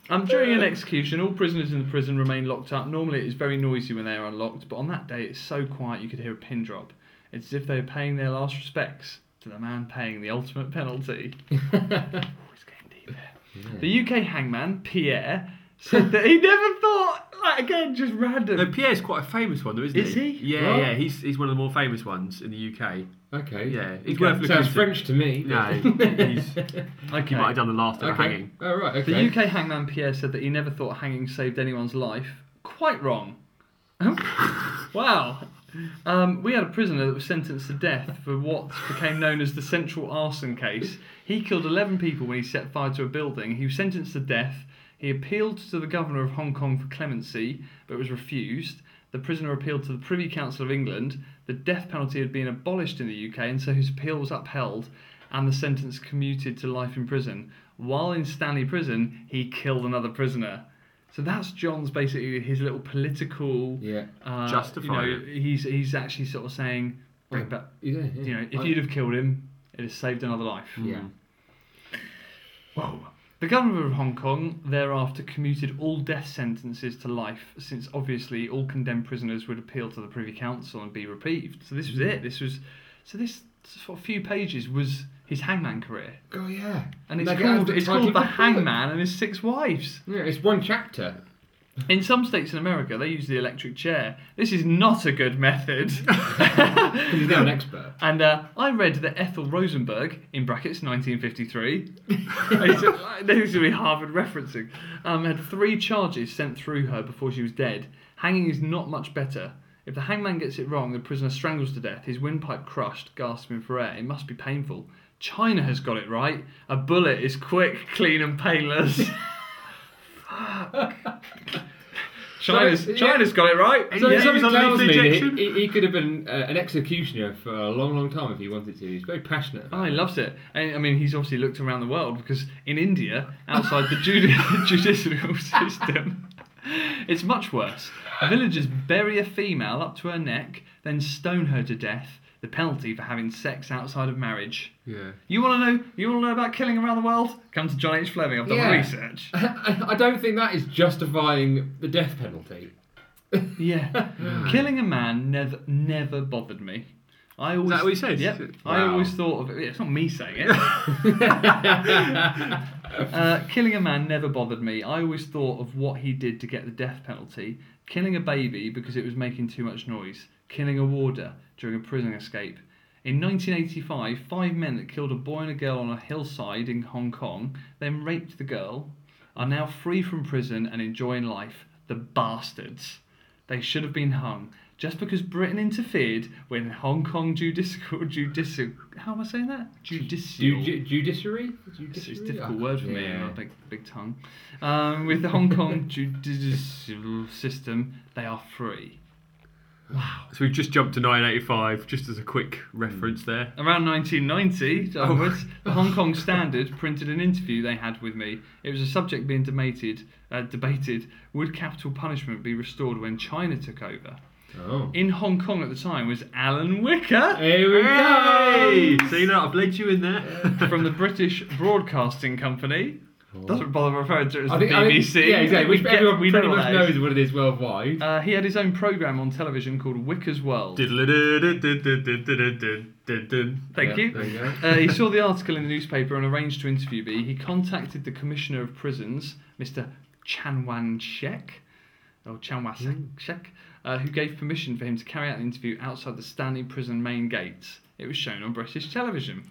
Um, during an execution, all prisoners in the prison remain locked up. Normally, it is very noisy when they are unlocked, but on that day, it's so quiet you could hear a pin drop. It's as if they were paying their last respects to the man paying the ultimate penalty. (laughs) Oh, it's getting deep there. The UK hangman, Pierre, said that he never thought, like, again, just random. No, Pierre's quite a famous one, though, isn't Is he? he? Yeah, Right. yeah. He's he's one of the more famous ones in the UK. (laughs) Okay. Yeah, it's Okay. worth looking Sounds into. French to me. No, he's, Okay. he might have done the last ever Okay. hanging. Oh right. Okay. The UK hangman Pierre said that he never thought hanging saved anyone's life. Quite wrong. (laughs) wow. Um, we had a prisoner that was sentenced to death for what became known as the Central Arson Case. He killed 11 people when he set fire to a building. He was sentenced to death. He appealed to the governor of Hong Kong for clemency, but was refused. The prisoner appealed to the Privy Council of England. The death penalty had been abolished in the UK, and so his appeal was upheld and the sentence commuted to life in prison. While in Stanley Prison, he killed another prisoner. So that's John's basically his little political Yeah. uh, Justifying You know, he's he's actually sort of saying, Yeah. but Yeah. yeah. you know, if I- you'd have killed him, it has saved another life. Yeah. Whoa. The governor of Hong Kong thereafter commuted all death sentences to life, since obviously all condemned prisoners would appeal to the Privy Council and be reprieved. So this was Hmm. it. This was so this sort of few pages was his hangman career. God, yeah. And it's Like, called, that's it's title called of The book. Hangman and His Six Wives. Yeah, it's one chapter. In some states in America, they use the electric chair. This is not a good (laughs) method. (laughs) 'Cause He's now an expert. and uh, I read that Ethel Rosenberg, in brackets (laughs) 1953, this is going to be Harvard referencing, um, had three charges sent through her before she was dead. Hanging is not much better. If the hangman gets it wrong, the prisoner strangles to death, his windpipe crushed, gasping for air. It must be painful. China has got it right. A bullet is quick, clean, and painless. (laughs) China's, So, yeah. China's got it right. So Yeah. something He's on tells lethal me that injection. he, he could have been uh, an executioner for a long, long time if he wanted to. He's very passionate. Oh, about he it. loves it. And, I mean, he's obviously looked around the world because in India, outside the judi- (laughs) judicial system, it's much worse. Villagers bury a female up to her neck, then stone her to death, the penalty for having sex outside of marriage. Yeah. You want to know? You want to know about killing around the world? Come to John H. Fleming. I've done Yeah. my research. (laughs) I don't think that is justifying the death (laughs) penalty. Yeah, (laughs) killing a man never never bothered me. I always that what he said? Yep. I Wow. always thought of it. It's not me saying it. uh, killing a man never bothered me. I always thought of what he did to get the death penalty. Killing a baby because it was making too much noise. Killing a warder during a prison escape. In 1985, five men that killed a boy and a girl on a hillside in Hong Kong, then raped the girl, are now free from prison and enjoying life. The bastards. They should have been hung just because Britain interfered when Hong Kong (laughs) judicial judicial. How am I saying that? Judicial. Ju- judiciary? it's, judiciary? it's Ah, a difficult word for me in Yeah. my big big tongue. Um, with the Hong Kong judicial system, they are free. So we've just jumped to 985, just as a quick reference there. Around 1990 onwards, the Hong Kong Standard printed an interview they had with me. It was a subject being debated. Uh, debated would capital punishment be restored when China took over? Oh. In Hong Kong at the time was Alan Wicker. Here we Hey! go! See that? I've led you in there. from the British Broadcasting Company. Doesn't bother referring to it as I the think, I think- BBC. yeah, exactly. Which We get- everyone we know pretty what much that knows is. what it is worldwide. Uh, he had his own program on television called Wicker's World. Thank Yeah, you. There you go. Uh, he saw the article in the newspaper and arranged to interview me. He contacted the Commissioner of Prisons, Mr. Chanwan Shek, or Hmm. Chanwan Shek, uh, who gave permission for him to carry out an interview outside the Stanley Prison main gates. It was shown on British television.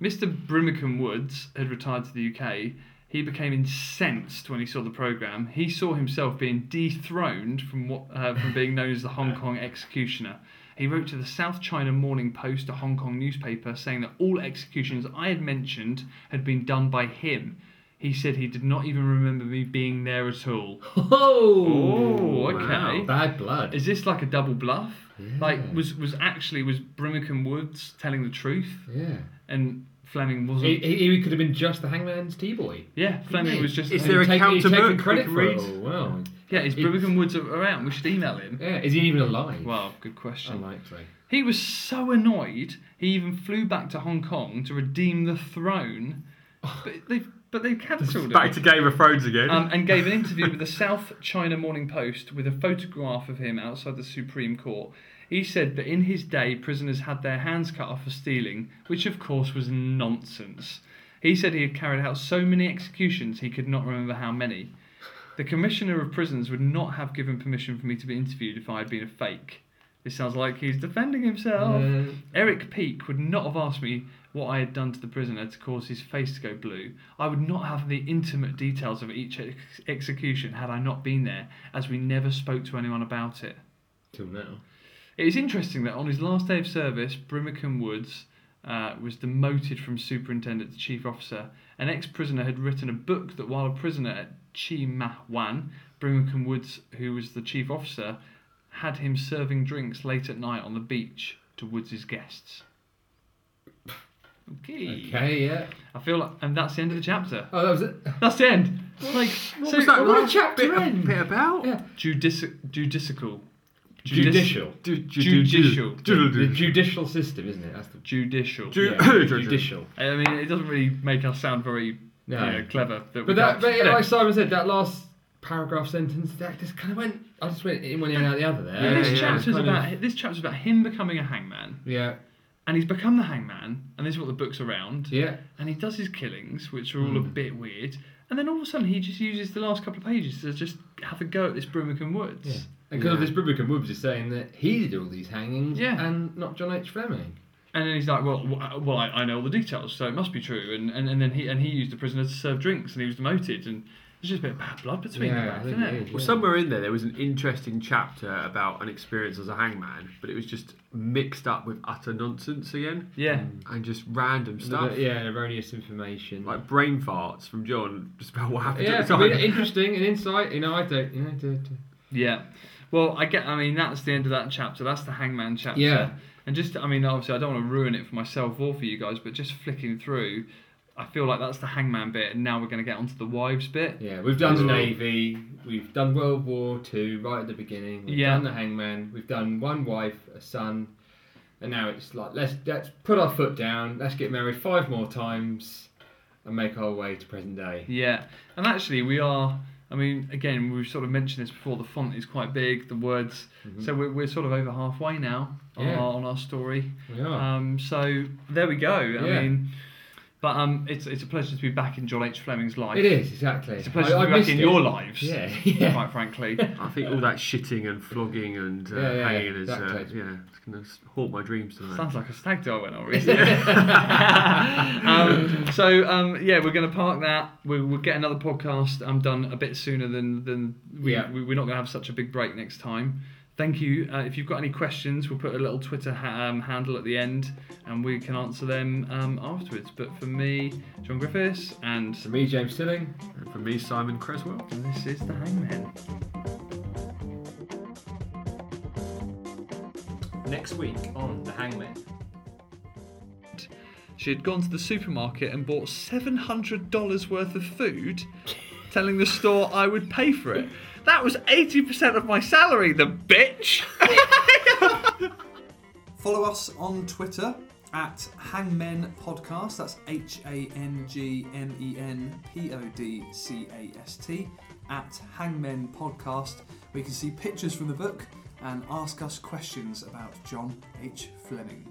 Mr. Brimacombe Woods had retired to the UK. He became incensed when he saw the programme. He saw himself being dethroned from, what, uh, from being known as the Hong Kong executioner. He wrote to the South China Morning Post, a Hong Kong newspaper, saying that all executions I had mentioned had been done by him. He said he did not even remember me being there at all. (laughs) Oh, Oh, okay. Bad blood. Is this like a double bluff? Yeah. Like was was actually was Brimacombe Woods telling the truth yeah. and Fleming wasn't? He, he, he could have been just the hangman's tea boy. yeah, Fleming was just Is He's there a taken- he's counter taken book credit we can for it read? all, Wow. yeah. Is it- Brimacombe Woods around? We should email him. Yeah. Is he even alive? Wow, good question. Unlikely. He was so annoyed, he even flew back to Hong Kong to redeem the throne. But they've, but Oh. they've cancelled Back it. to Game of Thrones again. Um, and gave an interview with the South China Morning Post with a photograph of him outside the Supreme Court. He said that in his day, prisoners had their hands cut off for stealing, which of course was nonsense. He said he had carried out so many executions he could not remember how many. The Commissioner of Prisons would not have given permission for me to be interviewed if I had been a fake. This sounds like he's defending himself. Uh, Eric Peake would not have asked me what I had done to the prisoner to cause his face to go blue. I would not have the intimate details of each ex- execution had I not been there, as we never spoke to anyone about it. till now. It is interesting that on his last day of service, Brimacombe Woods uh, was demoted from superintendent to chief officer. An ex prisoner had written a book that while a prisoner at Chi Ma Wan, Brimacombe Woods, who was the chief officer, had him serving drinks late at night on the beach to Woods' guests. Okay. Okay, yeah. I feel like, and that's the end of the chapter. Oh, that was it. That's the end. Like, what so was that what a last chapter bit, end. bit about? Yeah. Judici- judicial. Judicial. Ju- ju- ju- Judicial. ju- The ju- ju- judicial system, isn't it? That's the Judicial. Ju- yeah, (laughs) judicial. I mean, it doesn't really make us sound very No. you know, clever. That we But that, don't- but Anyway, like Simon said, that last paragraph sentence, that just kind of went. I just went in one ear and out the other there. but Yeah, this yeah, chapter's kind of- about this chapter's about him becoming a hangman, Yeah, and he's become the hangman, and this is what the book's around. yeah. Hmm. And he does his killings, which are all a bit weird, and then all of a sudden he just uses the last couple of pages to just have a go at this Brummicombe Woods. And because of this Brubricum Woods is saying that he did all these hangings Yeah. and not John H. Fleming. And then he's like, well, wh- well, I, I know all the details, so it must be true. And, and, and then he and he used the prisoner to serve drinks, and he was demoted, and there's just a bit of bad blood between Yeah, I them, think isn't it it? is, Well, yeah. somewhere in there, there was an interesting chapter about an experience as a hangman, but it was just mixed up with utter nonsense again Yeah. Hmm. and just random stuff. Yeah, erroneous information. Like brain farts from John, just about what happened (laughs) yeah, at the I time. mean, interesting and insight. You know, I don't. You know, do, do. Yeah. Well, I get. I mean, that's the end of that chapter. That's the Hangman chapter. Yeah. And just, I mean, obviously, I don't want to ruin it for myself or for you guys, but just flicking through, I feel like that's the Hangman bit, and now we're going to get onto the wives bit. Yeah, we've done the Cool. Navy, we've done World War Two right at the beginning, we've Yeah. done the Hangman, we've done one wife, a son, And now it's like let's let's put our foot down, let's get married five more times, and make our way to present day. Yeah, and actually we are. I mean, again, we've sort of mentioned this before. The font is quite big. The words. So we're, we're sort of over halfway now on, Mm-hmm. Yeah. our, on our story. We are. Um, so there we go. I Yeah. mean, but um, it's it's a pleasure to be back in John H. Fleming's life. it is exactly. Uh, It's a pleasure I- I to be back missed in it. your lives. Yeah, (laughs) yeah. Quite (laughs) frankly. I think all that shitting and flogging and uh, Yeah, yeah, hanging is exactly. uh, yeah, it's gonna s- haunt my dreams tonight. Sounds like a stag do I (laughs) went on recently. um, so um, yeah, we're going to park that. We, we'll get another podcast. I'm done a bit sooner than than we, Yeah. we we're not going to have such a big break next time. Thank you. Uh, if you've got any questions, we'll put a little Twitter ha- um, handle at the end, and we can answer them um, afterwards. But for me, John Griffiths, and For me, James Tilling. And for me, Simon Creswell. this is the Hangman. Next week on The Hangman. She had gone to the supermarket and bought $700 worth of food, telling the store I would pay for it. That was 80% of my salary, the bitch! (laughs) Follow us on Twitter at Hangmen Podcast. That's H A N G M E N P O D C A S T. At Hangmen Podcast, where you can see pictures from the book and ask us questions about John H. Fleming.